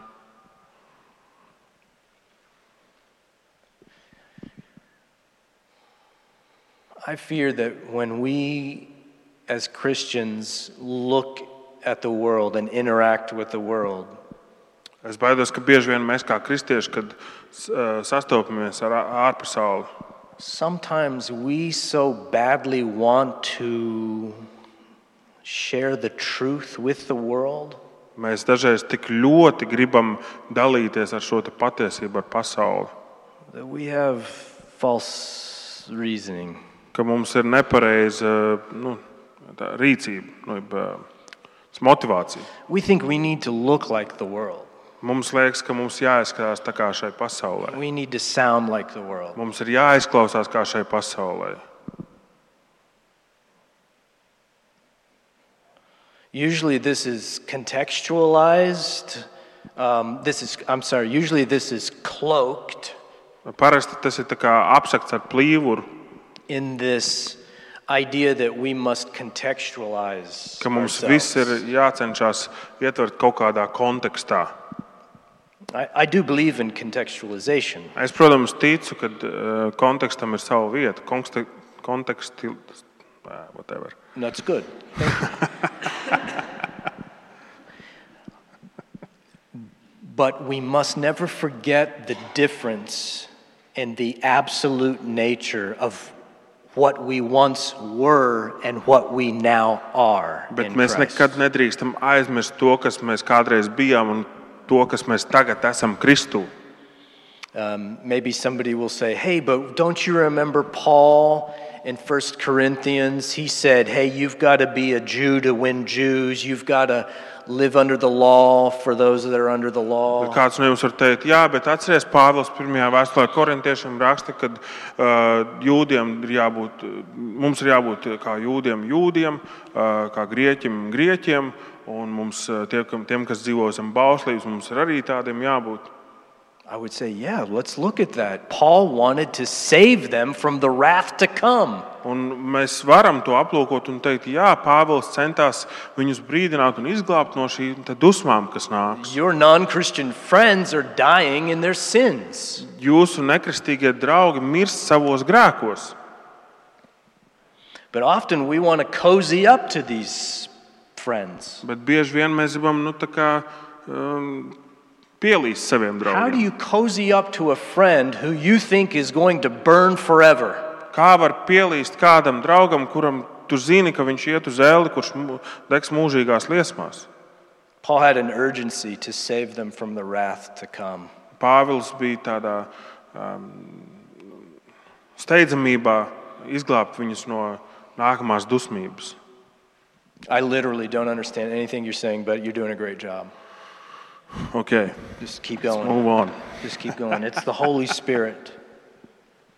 Speaker 1: I fear that when we as Christians look at the world and interact with the world,
Speaker 2: Es baidos, ka bieži vien mēs, kā kristieši, kad s- eh, sastopamies ar ā- ārpasauli,
Speaker 1: sometimes we so badly want to share the truth with the world
Speaker 2: mēs dažreiz tik ļoti gribam dalīties ar šo te patiesību, ar pasauli,
Speaker 1: that we have false reasoning.
Speaker 2: ka mums ir nepareiza nu, tā rīcība, nu, jeb, eh, tas motivācija.
Speaker 1: We think we need to look like the world,
Speaker 2: Mums liekas, ka mums jāizskatās tā kā šai pasaulē.
Speaker 1: we need to sound like the world.
Speaker 2: Mums ir jāizklausās kā šai pasaulē.
Speaker 1: Usually, this is contextualized. Um, this is, I'm sorry, usually, this is cloaked
Speaker 2: Parasti tas ir tā kā apsakts ar plīvuru,
Speaker 1: in this idea that we must contextualize
Speaker 2: ka mums
Speaker 1: ourselves.
Speaker 2: viss ir jācenšas ietvert kaut kādā kontekstā.
Speaker 1: I, I do believe in contextualization.
Speaker 2: Es, protams, ticu, ka eh, kontekstam ir sava vieta. Konkste- Konteksti, eh, whatever.
Speaker 1: And that's good. but we must never forget the difference in the absolute nature of what we once were and what we now are.
Speaker 2: Bet
Speaker 1: in
Speaker 2: mēs
Speaker 1: Christ.
Speaker 2: nekad nedrīkstam aizmirst to, kas mēs kādreiz bijām un to, kas mēs tagad esam Kristū.
Speaker 1: Um, maybe somebody will say, hey, but don't you remember Paul in 1 Corinthians? He said, hey, you've got to be a Jew to win Jews. You've got to live under the law for those that are under the law.
Speaker 2: Kāds no jums var teikt, jā, bet atcerieties, Pāvils pirmajā vēstulē korintiešiem raksta, ka uh, jūdiem ir jābūt, mums ir jābūt kā jūdiem, jūdiem, uh, kā grieķiem, grieķiem, un mums, uh, tie, kam, tiem, kas dzīvo zem bauslības, mums ir arī tādiem jābūt.
Speaker 1: I would say, yeah, let's look at that. Paul wanted to save them from the wrath to come.
Speaker 2: Un mēs varam to aplūkot un teikt, jā, Pāvils centās viņus brīdināt un izglābt no šīm te dusmām, kas nāks.
Speaker 1: Your non Christian friends are dying in their sins.
Speaker 2: Jūsu nekristīgie draugi mirst savos grēkos,
Speaker 1: But often we want to cozy up to these friends.
Speaker 2: bet bieži vien mēs gribam nu, tā kā, um, pielīst saviem
Speaker 1: How do
Speaker 2: draugiem.
Speaker 1: you cozy up to a friend who you think is going to burn forever?
Speaker 2: Kā var pielīst kādam draugam, kuram tu zini, ka viņš iet uz elli, kurš mū- degs mūžīgās liesmās?
Speaker 1: Paul had an urgency to save them from the wrath to come.
Speaker 2: Pāvils bija tādā um, steidzamībā izglābt viņus no nākamās dusmības.
Speaker 1: I literally don't understand anything you're saying, but you're doing a great job.
Speaker 2: Okay,
Speaker 1: Just keep going.
Speaker 2: move on.
Speaker 1: Just keep going. It's the Holy Spirit.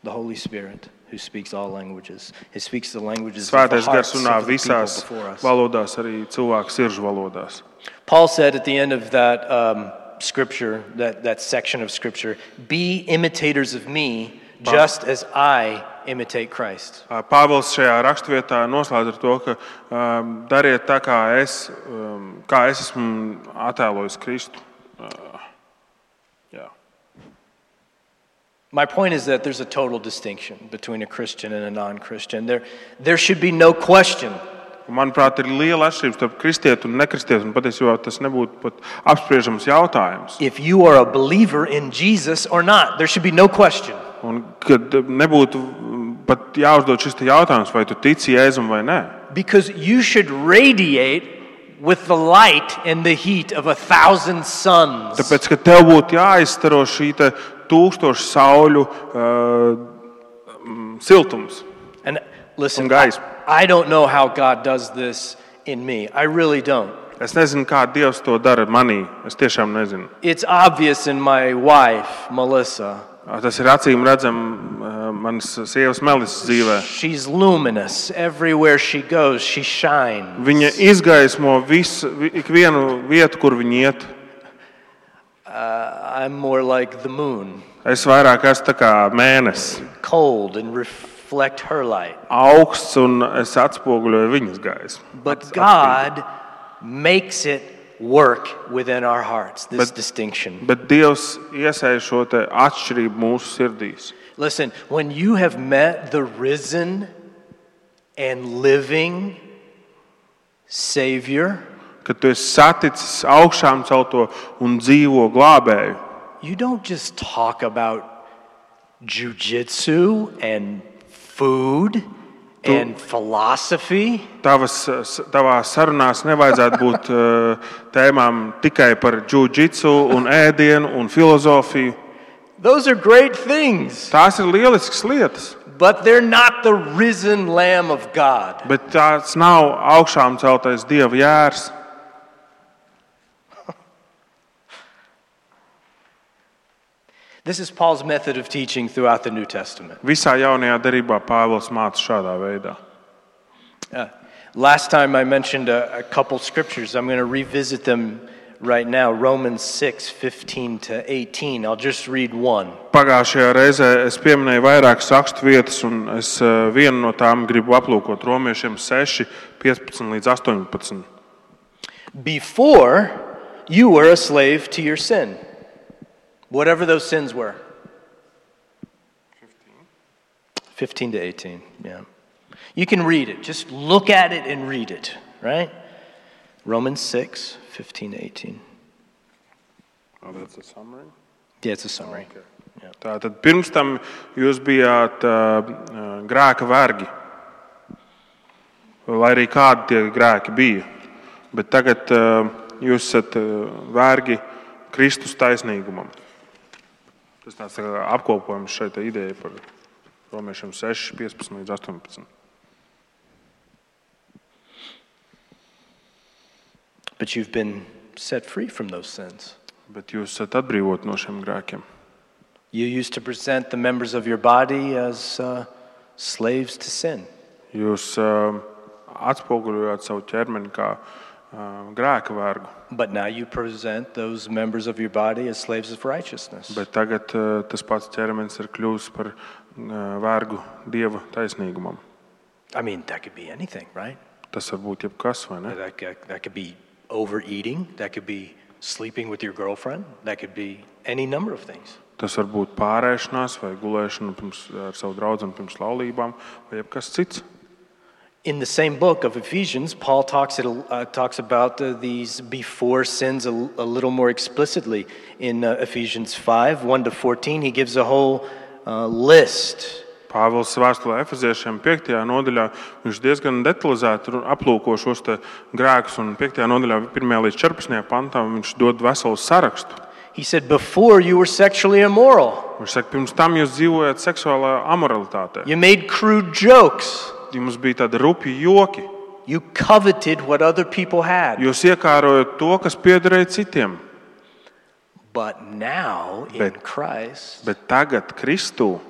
Speaker 1: The Holy Spirit who speaks all languages. He speaks the languages of the
Speaker 2: Svētais gars
Speaker 1: hearts
Speaker 2: runā
Speaker 1: of the people
Speaker 2: visās
Speaker 1: before us.
Speaker 2: valodās, arī cilvēku sirdžu valodās.
Speaker 1: Paul said at the end of that um, scripture, that, that section of scripture, be imitators of me just as I imitate Christ.
Speaker 2: Ā, Pāvils šajā raksturvietā noslēdz ar to, ka um, dariet tā, kā es, um, kā es esmu attēlojis Kristu. Ā, jā.
Speaker 1: My point is that there's a total distinction between a Christian and a non Christian. There, there should be no question.
Speaker 2: Un, Manuprāt, ir liela atšķirība starp kristieti un nekristieti. un Patiesībā tas nebūtu pat apspriežams jautājums.
Speaker 1: If you are a believer in Jesus or not, there should be no question.
Speaker 2: Un, kad nebūtu pat jāuzdod šis te jautājums, vai tu tici Jēzum vai nē.
Speaker 1: Because you should radiate with the light and the heat of a thousand suns.
Speaker 2: Tāpēc, ka tev būtu jāizstaro šī te tūkstošu sauļu uh, siltums.
Speaker 1: And listen,
Speaker 2: And guys-
Speaker 1: I, I don't know how God does this in me. I really don't.
Speaker 2: Es nezinu, kā Dievs to dara manī. Es tiešām nezinu.
Speaker 1: It's obvious in my wife, Melissa.
Speaker 2: Tas ir acīm redzams manas sievas melis dzīvē.
Speaker 1: She's luminous. Everywhere she goes, she shines.
Speaker 2: Viņa izgaismo visu, vi- ikvienu vietu, kur viņa iet.
Speaker 1: Uh, I'm more like the moon,
Speaker 2: Es vairāk esmu tā kā mēnesis,
Speaker 1: cold and reflect her light.
Speaker 2: augsts un es atspoguļoju viņas gaismu.
Speaker 1: But God makes it work within our hearts, this
Speaker 2: But-
Speaker 1: distinction.
Speaker 2: Bet Dievs iesaistīja šo te atšķirību mūsu sirdīs.
Speaker 1: Listen, when you have met the risen and living Savior,
Speaker 2: Kad tu esi saticis augšām celto un dzīvo glābēju,
Speaker 1: you don't just talk about jujitsu and food and philosophy.
Speaker 2: Tavas, eh, s- tavā sarunās nevajadzētu būt eh, tēmām tikai par džudžitsu, un ēdienu un filozofiju.
Speaker 1: Those are great things,
Speaker 2: Tās ir lielisks lietas,
Speaker 1: but they're not the risen Lamb of God.
Speaker 2: bet tās nav augšām celtais dieva jērs.
Speaker 1: This is Paul's method of teaching throughout the New Testament.
Speaker 2: Visā jaunajā darbā Pāvils māca šādā veidā.
Speaker 1: Uh, last time I mentioned a, a couple scriptures. I'm going to revisit them right now. Romans 6, 15 to 18. I'll just read one.
Speaker 2: Pagājušajā reizē es pieminēju vairākas rakstu vietas, un es eh, vienu no tām gribu aplūkot romiešiem 6, 15 līdz 18.
Speaker 1: Before you were a slave to your sin, whatever those sins were. 15 to 18, yeah. You can read it. Just look at it and read it, right? Romans 6, 15 to 18. Yeah, it's a summary.
Speaker 2: Tātad pirms tam jūs bijāt uh, grēka vergi, lai arī kādi tie grēki bija. Bet tagad uh, jūs esat uh, vergi Kristus taisnīgumam. Tas tāds tā kā apkopojums šeit tā ideja par romiešiem 6, 15 līdz 18.
Speaker 1: But you've been set free from those sins.
Speaker 2: Bet jūs esat atbrīvot no šiem grēkiem.
Speaker 1: You used to present the members of your body as uh, slaves to sin.
Speaker 2: Jūs uh, atspoguļojāt savu ķermeni kā uh, grēka vergu.
Speaker 1: But now you present those members of your body as slaves of righteousness.
Speaker 2: Bet tagad eh, tas pats ķermenis ir kļuvis par eh, vergu dieva taisnīgumam.
Speaker 1: I mean, that could be anything, right?
Speaker 2: Tas var būt jebkas, vai ne?
Speaker 1: That, that, that could be overeating. That could be sleeping with your girlfriend. That could be any number of things.
Speaker 2: Tas var būt pārēšanās vai gulēšana pirms, ar savu draugu pirms laulībām, vai jebkas cits.
Speaker 1: In the same book of Ephesians, Paul talks, it, uh, talks about uh, these before sins a, a little more explicitly. In uh, Ephesians 5 1 to 14, he gives a whole uh, list.
Speaker 2: Pāvils vēstulē Efeziešiem 5. nodaļā viņš diezgan detalizēti ru- aplūko šos te grēkus, un 5. nodaļā, 1. līdz 14. pantā, viņš dod veselu sarakstu.
Speaker 1: He said, Before you were sexually immoral,
Speaker 2: Viņš saka, pirms tam jūs dzīvojat seksuālā amoralitātē.
Speaker 1: you made crude jokes,
Speaker 2: Jums bija tādi rupji joki.
Speaker 1: you coveted what other people had.
Speaker 2: Jūs iekārojat to, kas piederēja citiem,
Speaker 1: But now in
Speaker 2: Bet-
Speaker 1: Christ,
Speaker 2: bet tagad Kristū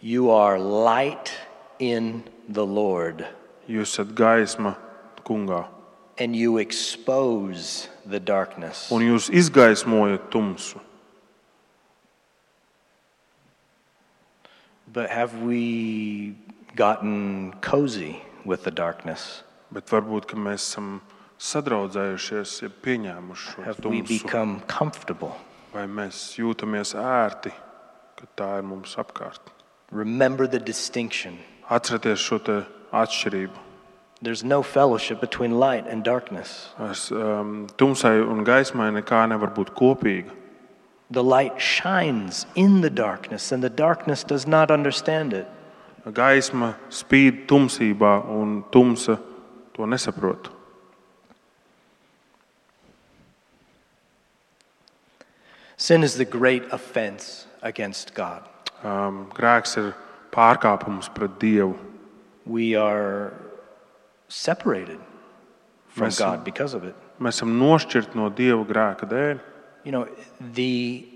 Speaker 1: you are light in the Lord,
Speaker 2: jūs esat gaisma kungā.
Speaker 1: and you expose the darkness.
Speaker 2: Un jūs izgaismojat tumsu.
Speaker 1: But have we gotten cozy with the darkness?
Speaker 2: Bet varbūt ka mēs esam sadraudzējušies, ja pieņēmuši šo
Speaker 1: Have we
Speaker 2: tumsu.
Speaker 1: become comfortable?
Speaker 2: Vai mēs jūtamies ērti, ka tā ir mums apkārt.
Speaker 1: Remember the distinction.
Speaker 2: Atcerieties šo te atšķirību.
Speaker 1: There's no fellowship between light and darkness.
Speaker 2: Es, um, tumsai un gaismai nekā nevar būt kopīga.
Speaker 1: The light shines in the darkness, and the darkness does not understand it.
Speaker 2: Gaisma spīd tumsībā, un tumsa to nesaprot.
Speaker 1: Sin is the great offense against God.
Speaker 2: Um, grēks ir pārkāpums pret Dievu.
Speaker 1: We are separated from
Speaker 2: Mēs-
Speaker 1: God because of it.
Speaker 2: Mēs esam nošķirti no Dieva grēka dēļ.
Speaker 1: You know, the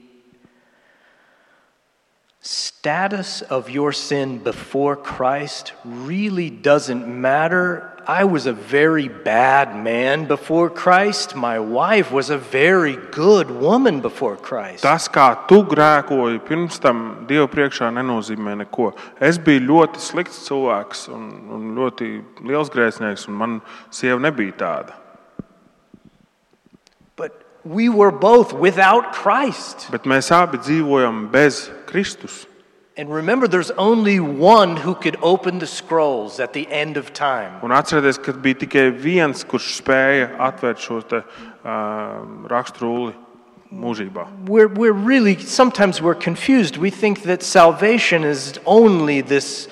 Speaker 1: status of your sin before Christ really doesn't matter. I was a very bad man before Christ. My wife was a very good woman before Christ.
Speaker 2: Tas, kā tu grēkoji pirms tam Dieva priekšā, nenozīmē neko. Es biju ļoti slikts cilvēks un, un ļoti liels grēcinieks, un man sieva nebija tāda.
Speaker 1: But we were both without Christ.
Speaker 2: Bet mēs abi dzīvojam bez Kristus.
Speaker 1: And remember, there's only one who could open the scrolls at the end of time.
Speaker 2: Un atcerieties, ka bija tikai viens, kurš spēja atvērt šo te, uh, raksturuli mūžībā.
Speaker 1: We're, we're really, sometimes we're confused. We think that salvation is only this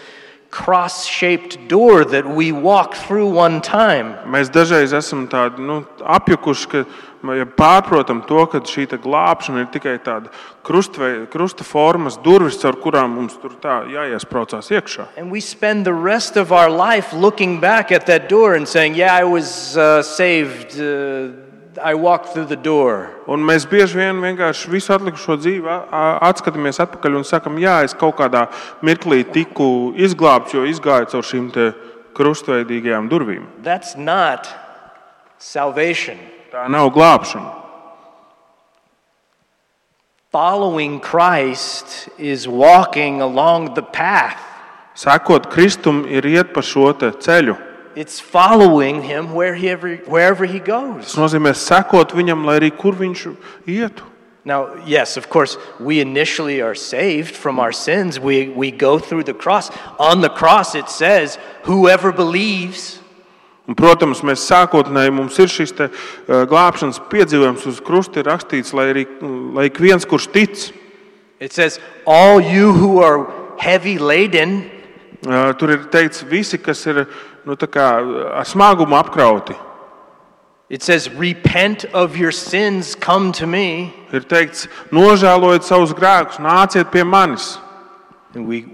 Speaker 1: cross shaped door that we walk through one time.
Speaker 2: Mēs dažreiz esam tādi nu, apjukuši, ka mē- ja pārprotam to, ka šī te glābšana ir tikai tāda krustvei- krusta formas durvis, caur kurām mums tur tā jāiesprācās iekšā.
Speaker 1: And we spend the rest of our life looking back at that door and saying, Yeah, I was uh, saved. Uh, I walked through the door.
Speaker 2: Un mēs bieži vien vienkārši visu atlikušo dzīvi a- a- atskatāmies atpakaļ un sakam, jā, es kaut kādā mirklī tiku izglābts, jo izgāju caur šīm te krustveidīgajām durvīm.
Speaker 1: That's not salvation.
Speaker 2: Tā nav glābšana.
Speaker 1: Following Christ is walking along the path.
Speaker 2: Sekot Kristum ir iet pa šo te ceļu.
Speaker 1: It's following him wherever, wherever he goes.
Speaker 2: Tas nozīmē sekot viņam, lai arī kur viņš ietu.
Speaker 1: Now, yes, of course, we initially are saved from our sins. We, we go through the cross. On the cross, it says, whoever believes.
Speaker 2: Un, protams, mēs sākotnēji mums ir šis te, eh, glābšanas piedzīvojums uz krusta ir rakstīts, lai arī lai ik viens, kurš tic,
Speaker 1: It says, all you who are heavy laden,
Speaker 2: eh, tur ir teikts, visi, kas ir nu, tā kā, ar smagumu apkrauti,
Speaker 1: it says, repent of your sins, come to me.
Speaker 2: ir teikts, nožēlojiet savus grēkus, nāciet pie manis.
Speaker 1: And we,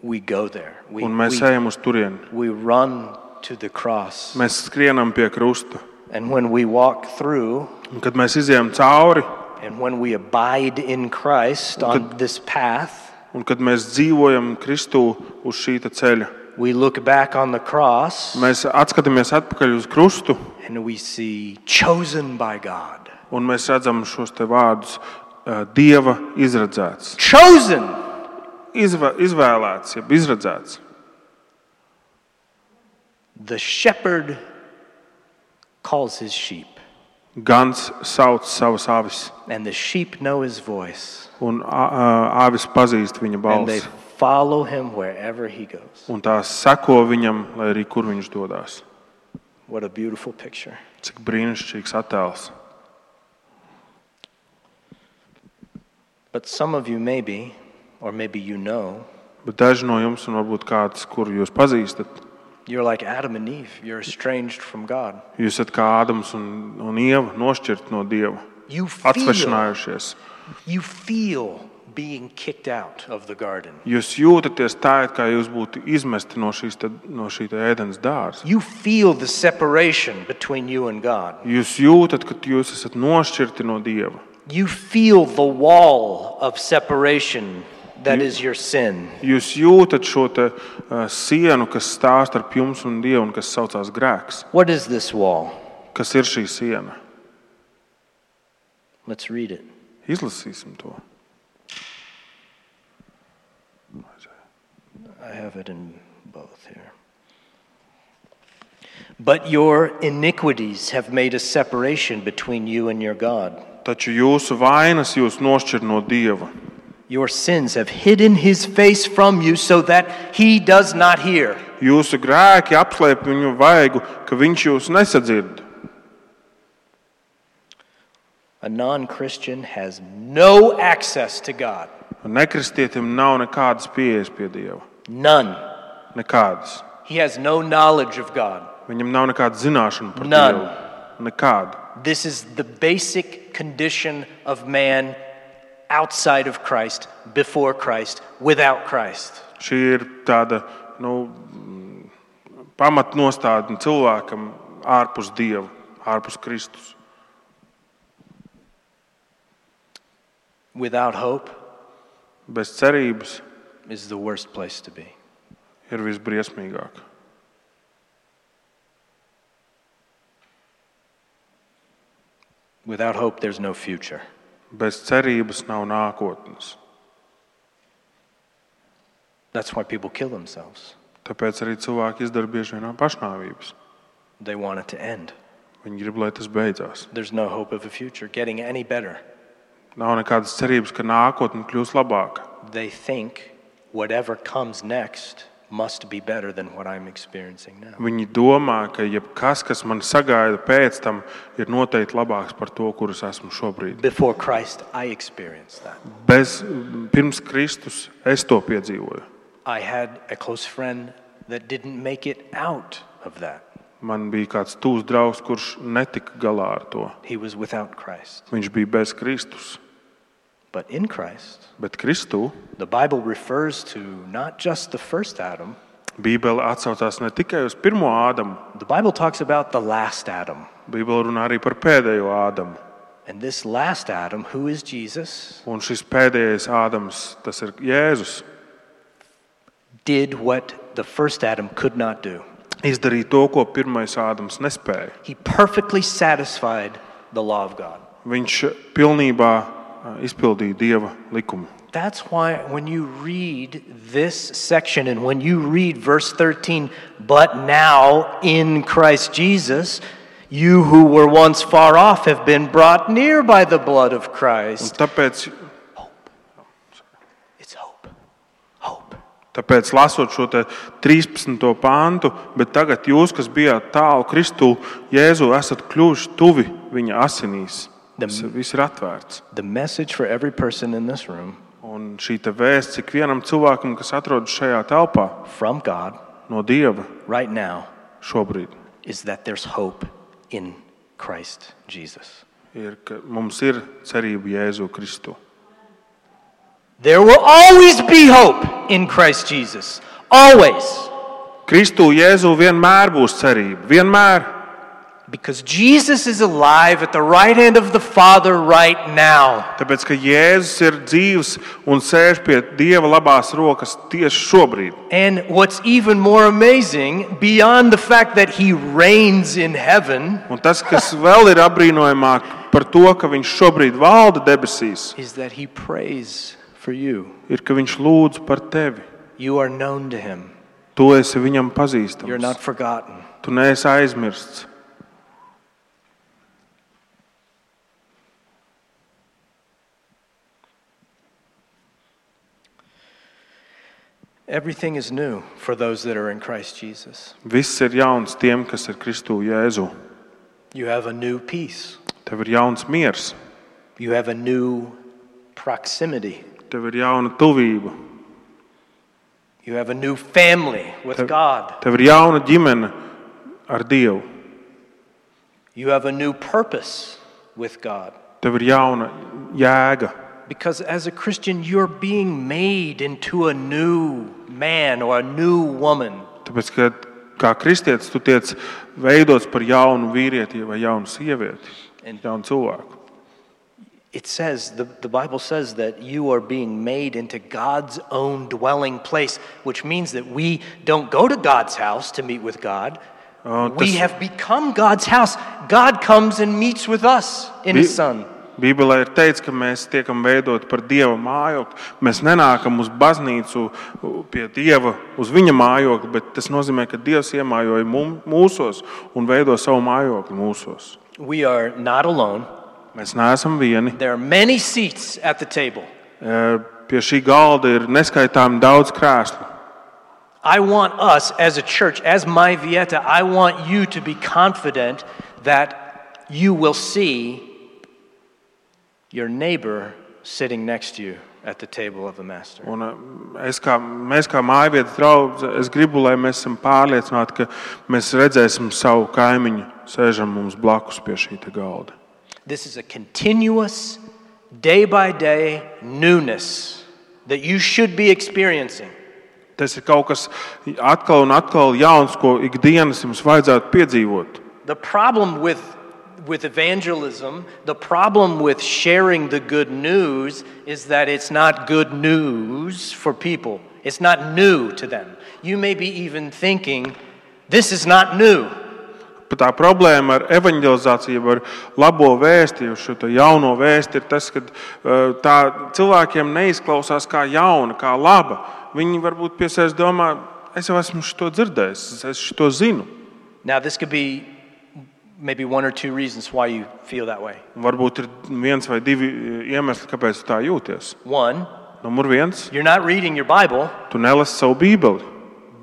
Speaker 1: we go there. We,
Speaker 2: Un mēs
Speaker 1: we,
Speaker 2: ejam uz turieni.
Speaker 1: we run to the cross.
Speaker 2: Mēs skrienam pie krusta.
Speaker 1: And when we walk through,
Speaker 2: Un, kad mēs izējām cauri
Speaker 1: And when we abide in Christ on this path,
Speaker 2: un kad mēs dzīvojam Kristū uz šī te ceļa,
Speaker 1: we look back on the cross
Speaker 2: mēs atskatāmies atpakaļ uz krustu
Speaker 1: and we see chosen by God.
Speaker 2: un mēs redzam šos te vārdus eh, Dieva izredzēts.
Speaker 1: Chosen!
Speaker 2: izva, izvēlēts, jeb izredzēts.
Speaker 1: The shepherd calls his sheep,
Speaker 2: Gans sauc savas avis,
Speaker 1: and the sheep know his voice,
Speaker 2: un ā- ā, avis pazīst viņa
Speaker 1: and they
Speaker 2: balsi.
Speaker 1: follow him wherever he goes.
Speaker 2: Un tās seko viņam, lai arī kur viņš dodas.
Speaker 1: What a beautiful picture.
Speaker 2: Cik brīnišķīgs attēls.
Speaker 1: But some of you, maybe, or maybe you know,
Speaker 2: Bet daži no jums, un varbūt kāds, kuru jūs pazīstat,
Speaker 1: you're like Adam and Eve, you're estranged from God.
Speaker 2: jūs esat kā Ādams un, un Ieva nošķirt no Dieva,
Speaker 1: You feel,
Speaker 2: atvešinājušies.
Speaker 1: you feel being kicked out of the garden.
Speaker 2: Jūs jūtaties tā, it kā jūs būtu izmesti no šīs te- no šī te ēdienas dārza.
Speaker 1: You feel the separation between you and God.
Speaker 2: Jūs jūtat, ka jūs esat nošķirti no Dieva.
Speaker 1: You feel the wall of separation that is your sin.
Speaker 2: Jūs jūtat šo te, uh, sienu, kas stāv starp jums un Dievu, un kas saucās grēks.
Speaker 1: What is this wall?
Speaker 2: Kas ir šī siena?
Speaker 1: Let's read it.
Speaker 2: Izlasīsim to.
Speaker 1: I have it in both here. But your iniquities have made a separation between you and your God.
Speaker 2: Taču jūsu vainas jūs nošķir no Dieva.
Speaker 1: Your sins have hidden his face from you so that he does not hear.
Speaker 2: Jūsu grēki apslēp viņu vaigu, ka viņš jūs nesadzird.
Speaker 1: A non Christian has no access to God.
Speaker 2: Nekristietim nav nekādas pieejas pie Dieva.
Speaker 1: None.
Speaker 2: Nekādas.
Speaker 1: He has no knowledge of God.
Speaker 2: Viņam nav nekāda zināšana par
Speaker 1: None.
Speaker 2: Dievu. Nekāda.
Speaker 1: This is the basic condition of man outside of Christ, before Christ, without Christ.
Speaker 2: Šī ir tāda nu, mm, pamatnostādne cilvēkam ārpus Dieva, ārpus Kristus.
Speaker 1: Without hope,
Speaker 2: bez cerības
Speaker 1: is the worst place to be.
Speaker 2: ir visbriesmīgāk.
Speaker 1: Without hope, there's no future.
Speaker 2: Bez cerības nav nākotnes.
Speaker 1: That's why people kill themselves.
Speaker 2: Tāpēc arī cilvēki izdara bieži vien pašnāvības.
Speaker 1: They want it to end.
Speaker 2: Viņi grib, lai tas beidzās.
Speaker 1: There's no hope of a future getting any better.
Speaker 2: Nav nekādas cerības, ka nākotne kļūs labāka.
Speaker 1: They think whatever comes next must be better than what I'm experiencing now.
Speaker 2: Viņi domā, ka jebkas, kas man sagaida pēc tam, ir noteikti labāks par to, kurus esmu šobrīd.
Speaker 1: Before Christ, I experienced that.
Speaker 2: Bez, pirms Kristus es to piedzīvoju.
Speaker 1: I had a close friend that didn't make it out of that.
Speaker 2: Man bija kāds tūs draugs, kurš netika galā ar to.
Speaker 1: He was without Christ.
Speaker 2: Viņš bija bez Kristus.
Speaker 1: But in Christ,
Speaker 2: Bet Kristu
Speaker 1: the Bible refers to not just the first Adam,
Speaker 2: Bībele atsaucās ne tikai uz pirmo Ādamu,
Speaker 1: the Bible talks about the last Adam.
Speaker 2: Bībele runā arī par pēdējo Ādamu.
Speaker 1: And this last Adam, who is Jesus,
Speaker 2: Un šis pēdējais Ādams, tas ir Jēzus,
Speaker 1: did what the first Adam could not do.
Speaker 2: izdarīja to, ko pirmais Ādams nespēja.
Speaker 1: He perfectly satisfied the law of God.
Speaker 2: Viņš pilnībā ā, izpildīja Dieva likumu.
Speaker 1: That's why when you read this section and when you read verse 13, but now in Christ Jesus, you who were once far off have been brought near by the blood of
Speaker 2: Un
Speaker 1: Christ.
Speaker 2: tāpēc,
Speaker 1: It's hope. Hope.
Speaker 2: tāpēc, lasot šo te 13. pāntu, bet tagad jūs, kas bijāt tālu Kristū, Jēzu, esat kļuvuši tuvi viņa asinīs.
Speaker 1: The-
Speaker 2: Tas viss ir atvērts.
Speaker 1: The message for every person in this room
Speaker 2: Un šī te vēsts ikvienam cilvēkam, kas atrodas šajā telpā,
Speaker 1: from God
Speaker 2: no Dieva
Speaker 1: right now
Speaker 2: šobrīd,
Speaker 1: is that there's hope in Christ Jesus.
Speaker 2: ir, ka mums ir cerība Jēzu Kristu.
Speaker 1: There will always be hope in Christ Jesus. Always.
Speaker 2: Kristu Jēzu vienmēr būs cerība. Vienmēr.
Speaker 1: Because Jesus is alive at the right hand of the Father right now.
Speaker 2: Tāpēc, ka Jēzus ir dzīves un sēž pie Dieva labās rokas tieši šobrīd.
Speaker 1: And what's even more amazing, beyond the fact that he reigns in heaven,
Speaker 2: Un tas, kas vēl ir apbrīnojamāk par to, ka viņš šobrīd valda debesīs,
Speaker 1: is that he prays for you.
Speaker 2: ir, ka viņš lūdz par tevi.
Speaker 1: You are known to him,
Speaker 2: Tu esi viņam
Speaker 1: you're
Speaker 2: pazīstams.
Speaker 1: not forgotten.
Speaker 2: Tu neesi aizmirsts.
Speaker 1: Everything is new for those that are in Christ Jesus.
Speaker 2: Viss ir jauns tiem, kas ir Kristū Jēzu.
Speaker 1: You have a new peace,
Speaker 2: Tev ir jauns miers,
Speaker 1: you have a new proximity,
Speaker 2: tev ir jauna tuvība,
Speaker 1: you have a new family with God,
Speaker 2: tev ir jauna ģimene ar Dievu,
Speaker 1: you have a new purpose with God.
Speaker 2: tev ir jauna jēga.
Speaker 1: Because as a Christian, you're being made into a new man or a new woman.
Speaker 2: Tāpēc, ka kā kristietis, tu tiec veidots par jaunu vīrieti vai jaunu sievieti,
Speaker 1: And-
Speaker 2: jaunu cilvēku.
Speaker 1: It says, the, the Bible says that you are being made into God's own dwelling place, which means that we don't go to God's house to meet with God.
Speaker 2: Oh,
Speaker 1: we
Speaker 2: this-
Speaker 1: have become God's house. God comes and meets with us in His
Speaker 2: Bi-
Speaker 1: Son.
Speaker 2: Bībelē ir teikts, ka mēs tiekam veidoti par Dieva mājokli. Mēs nenākam uz baznīcu pie Dieva, uz viņa mājokli, bet tas nozīmē, ka Dievs iemājoja mum- mūsos un veido savu mājokli mūsos.
Speaker 1: We are not alone.
Speaker 2: Mēs neesam vieni.
Speaker 1: There are many seats at the table.
Speaker 2: E, Pie šī galda ir neskaitāmi daudz krēslu.
Speaker 1: I want us as a church, as my Vieta, I want you to be confident that you will see your neighbor sitting next to you at the table of the Master.
Speaker 2: Un, e, es kā, mēs kā mājvietas draugi, es gribu, lai mēs esam pārliecināti, ka mēs redzēsim savu kaimiņu, sēžam mums blakus pie šī te galda.
Speaker 1: This is a continuous, day by day newness that you should be experiencing.
Speaker 2: Tas ir kaut kas atkal un atkal jauns, ko ikdienas jums vajadzētu piedzīvot.
Speaker 1: The problem with with evangelism, the problem with sharing the good news is that it's not good news for people. It's not new to them. You may be even thinking, this is not new.
Speaker 2: Bet tā problēma ar evanģelizāciju, ar labo vēstījumu, šo te jauno vēstījumu, ir tas, ka eh, tā cilvēkiem neizklausās kā jauna, kā laba. Viņi varbūt piesaistās domā, es jau esmu to dzirdējis, es to zinu.
Speaker 1: Now, this could be maybe one or two reasons why you feel that way.
Speaker 2: Un Varbūt ir viens vai divi eh, iemesli, kāpēc tu tā jūties.
Speaker 1: One,
Speaker 2: Numur viens,
Speaker 1: you're not reading your Bible.
Speaker 2: tu nelasi savu Bībeli.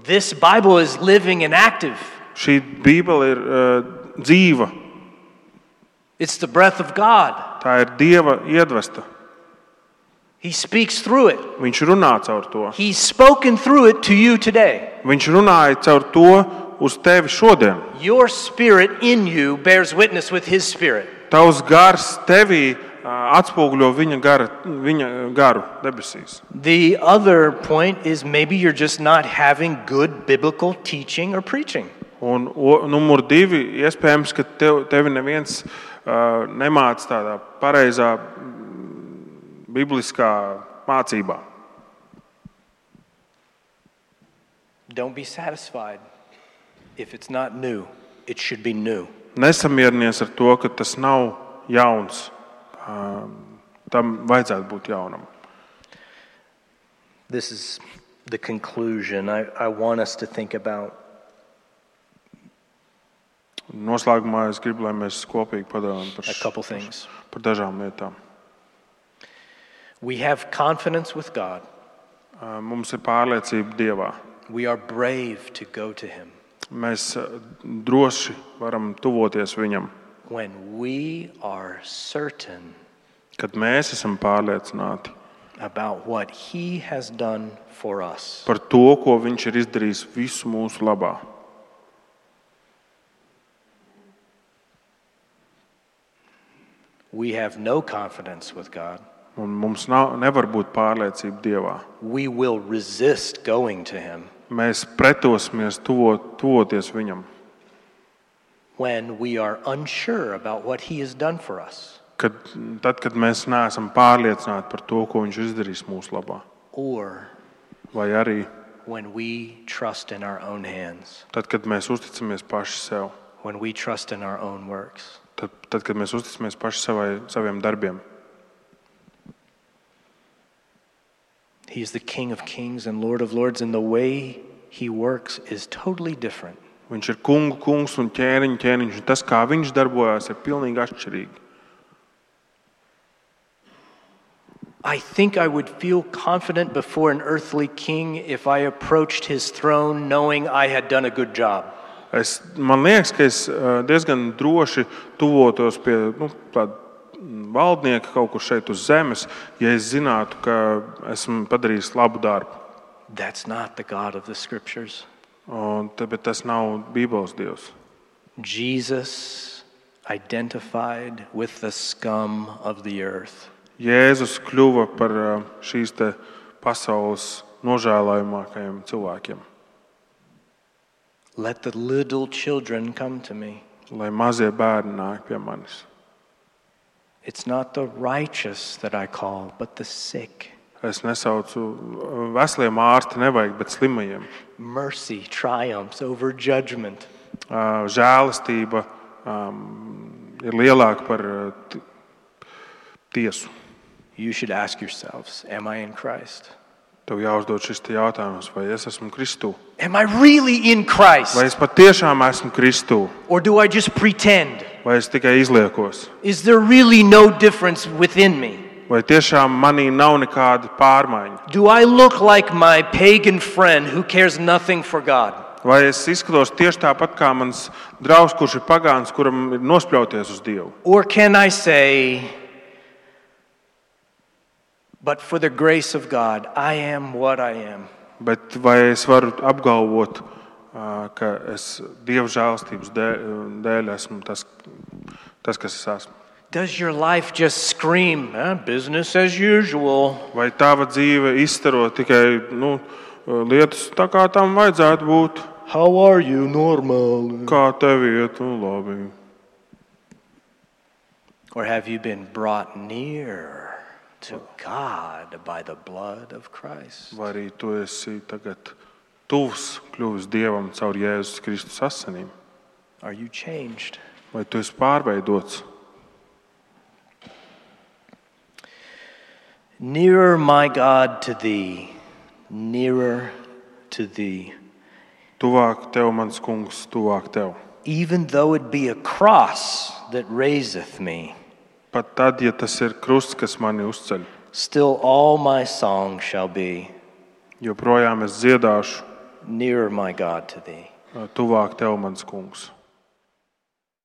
Speaker 1: This Bible is living and active,
Speaker 2: Šī Bībele ir eh, dzīva,
Speaker 1: it's the breath of God.
Speaker 2: tā ir Dieva iedvesta.
Speaker 1: He speaks through it,
Speaker 2: Viņš runā caur to.
Speaker 1: He's spoken through it to you today.
Speaker 2: Viņš runāja caur to uz tevi šodien.
Speaker 1: Your spirit in you bears witness with His spirit.
Speaker 2: Tavs gars tevī ā, atspoguļo viņa, gara, viņa garu debesīs.
Speaker 1: The other point is maybe you're just not having good biblical teaching or preaching.
Speaker 2: Un o- numur divi, iespējams, ka tev, tevi neviens uh, nemāca tādā pareizā mm, bibliskā mācībā.
Speaker 1: Don't be satisfied if it's not new. It should be new.
Speaker 2: Nesamierinies ar to, ka tas nav jauns. Uh, tam vajadzētu būt jaunam.
Speaker 1: This is the conclusion I, I want us to think about.
Speaker 2: Noslēgumā es gribu, lai mēs kopīgi padomājam par,
Speaker 1: A
Speaker 2: š-
Speaker 1: couple things.
Speaker 2: par dažām lietām.
Speaker 1: We have confidence with God,
Speaker 2: Uh, mums ir pārliecība Dievā.
Speaker 1: we are brave to go to Him.
Speaker 2: Mēs eh, droši varam tuvoties viņam,
Speaker 1: When we are certain
Speaker 2: kad mēs esam pārliecināti
Speaker 1: about what He has done for us,
Speaker 2: par to, ko viņš ir izdarījis visu mūsu labā.
Speaker 1: we have no confidence with God.
Speaker 2: Un mums nav, nevar būt pārliecība Dievā.
Speaker 1: We will resist going to Him.
Speaker 2: Mēs pretosimies tuvo, tuvoties viņam,
Speaker 1: when we are unsure about what he has done for us
Speaker 2: kad, tad, kad mēs neesam pārliecināti par to, ko viņš izdarīs mūsu labā.
Speaker 1: or
Speaker 2: Vai arī
Speaker 1: when we trust in our own hands,
Speaker 2: tad, kad mēs uzticamies paši sev,
Speaker 1: when we trust in our own works.
Speaker 2: tad, tad kad mēs uzticamies paši savai, saviem darbiem.
Speaker 1: He is the King of kings and Lord of lords, and the way he works is totally different.
Speaker 2: Viņš ir kungu kungs un ķēniņš, ķēniņš. un Tas, kā viņš darbojas, ir pilnīgi atšķirīgi.
Speaker 1: I think I would feel confident before an earthly king if I approached his throne knowing I had done a good job.
Speaker 2: Es, man liekas, ka es eh, diezgan droši tuvotos pie nu, tāda mm, valdnieka kaut kur šeit uz zemes, ja es zinātu, ka esmu padarījis labu darbu.
Speaker 1: That's not the God of the scriptures.
Speaker 2: Un, te- bet tas nav Bībeles dievs.
Speaker 1: Jesus identified with the scum of the earth.
Speaker 2: Jēzus kļuva par eh, šīs te pasaules nožēlojamākajiem cilvēkiem.
Speaker 1: Let the little children come to me.
Speaker 2: Lai mazie bērni nāk pie manis.
Speaker 1: It's not the righteous that I call, but the sick.
Speaker 2: Es nesaucu eh, veseliem ārsti, nevajag, bet slimajiem.
Speaker 1: Mercy triumphs over judgment.
Speaker 2: Ā, žēlastība um, ir lielāka par ā, ti- tiesu.
Speaker 1: You should ask yourselves Am I in Christ?
Speaker 2: Tev jāuzdod šis te jautājums, vai es esmu Kristū?
Speaker 1: Am I really in Christ?
Speaker 2: Vai es patiešām esmu Kristū,
Speaker 1: Or do I just pretend?
Speaker 2: vai es tikai izliekos?
Speaker 1: Is there really no difference within me?
Speaker 2: Vai tiešām manī nav nekāda pārmaiņa?
Speaker 1: Do I look like my pagan friend who cares nothing for God?
Speaker 2: Vai es izskatos tieši tāpat kā mans draugs, kurš ir pagāns, kuram ir nospļauties uz Dievu?
Speaker 1: Or can I say, But for the grace of God, I am what I am?
Speaker 2: Bet vai es varu apgalvot, ā, ka es Dieva žēlastības dēļ, dēļ esmu tas, tas, kas es esmu?
Speaker 1: Does your life just scream, eh, business as usual?
Speaker 2: Vai tava dzīve izstaro tikai nu, lietas tā, kā tam vajadzētu būt?
Speaker 1: How are you, normal?
Speaker 2: Kā tev iet, nu, labi.
Speaker 1: Or have you been brought near to God by the blood of Christ?
Speaker 2: vai arī tu esi tagad tuvs, kļuvis dievam caur Jēzus Kristus asinīm,
Speaker 1: Are you changed?
Speaker 2: vai tu esi pārveidots.
Speaker 1: Nearer, my God, to thee, nearer to thee.
Speaker 2: Tuvāk tev, mans kungs, tuvāk tev.
Speaker 1: Even though it be a cross that raiseth me,
Speaker 2: Pat tad, ja tas ir krusts, kas mani uzceļ,
Speaker 1: still all my song shall be
Speaker 2: joprojām es dziedāšu
Speaker 1: nearer, my God, to thee.
Speaker 2: tuvāk tev, mans kungs.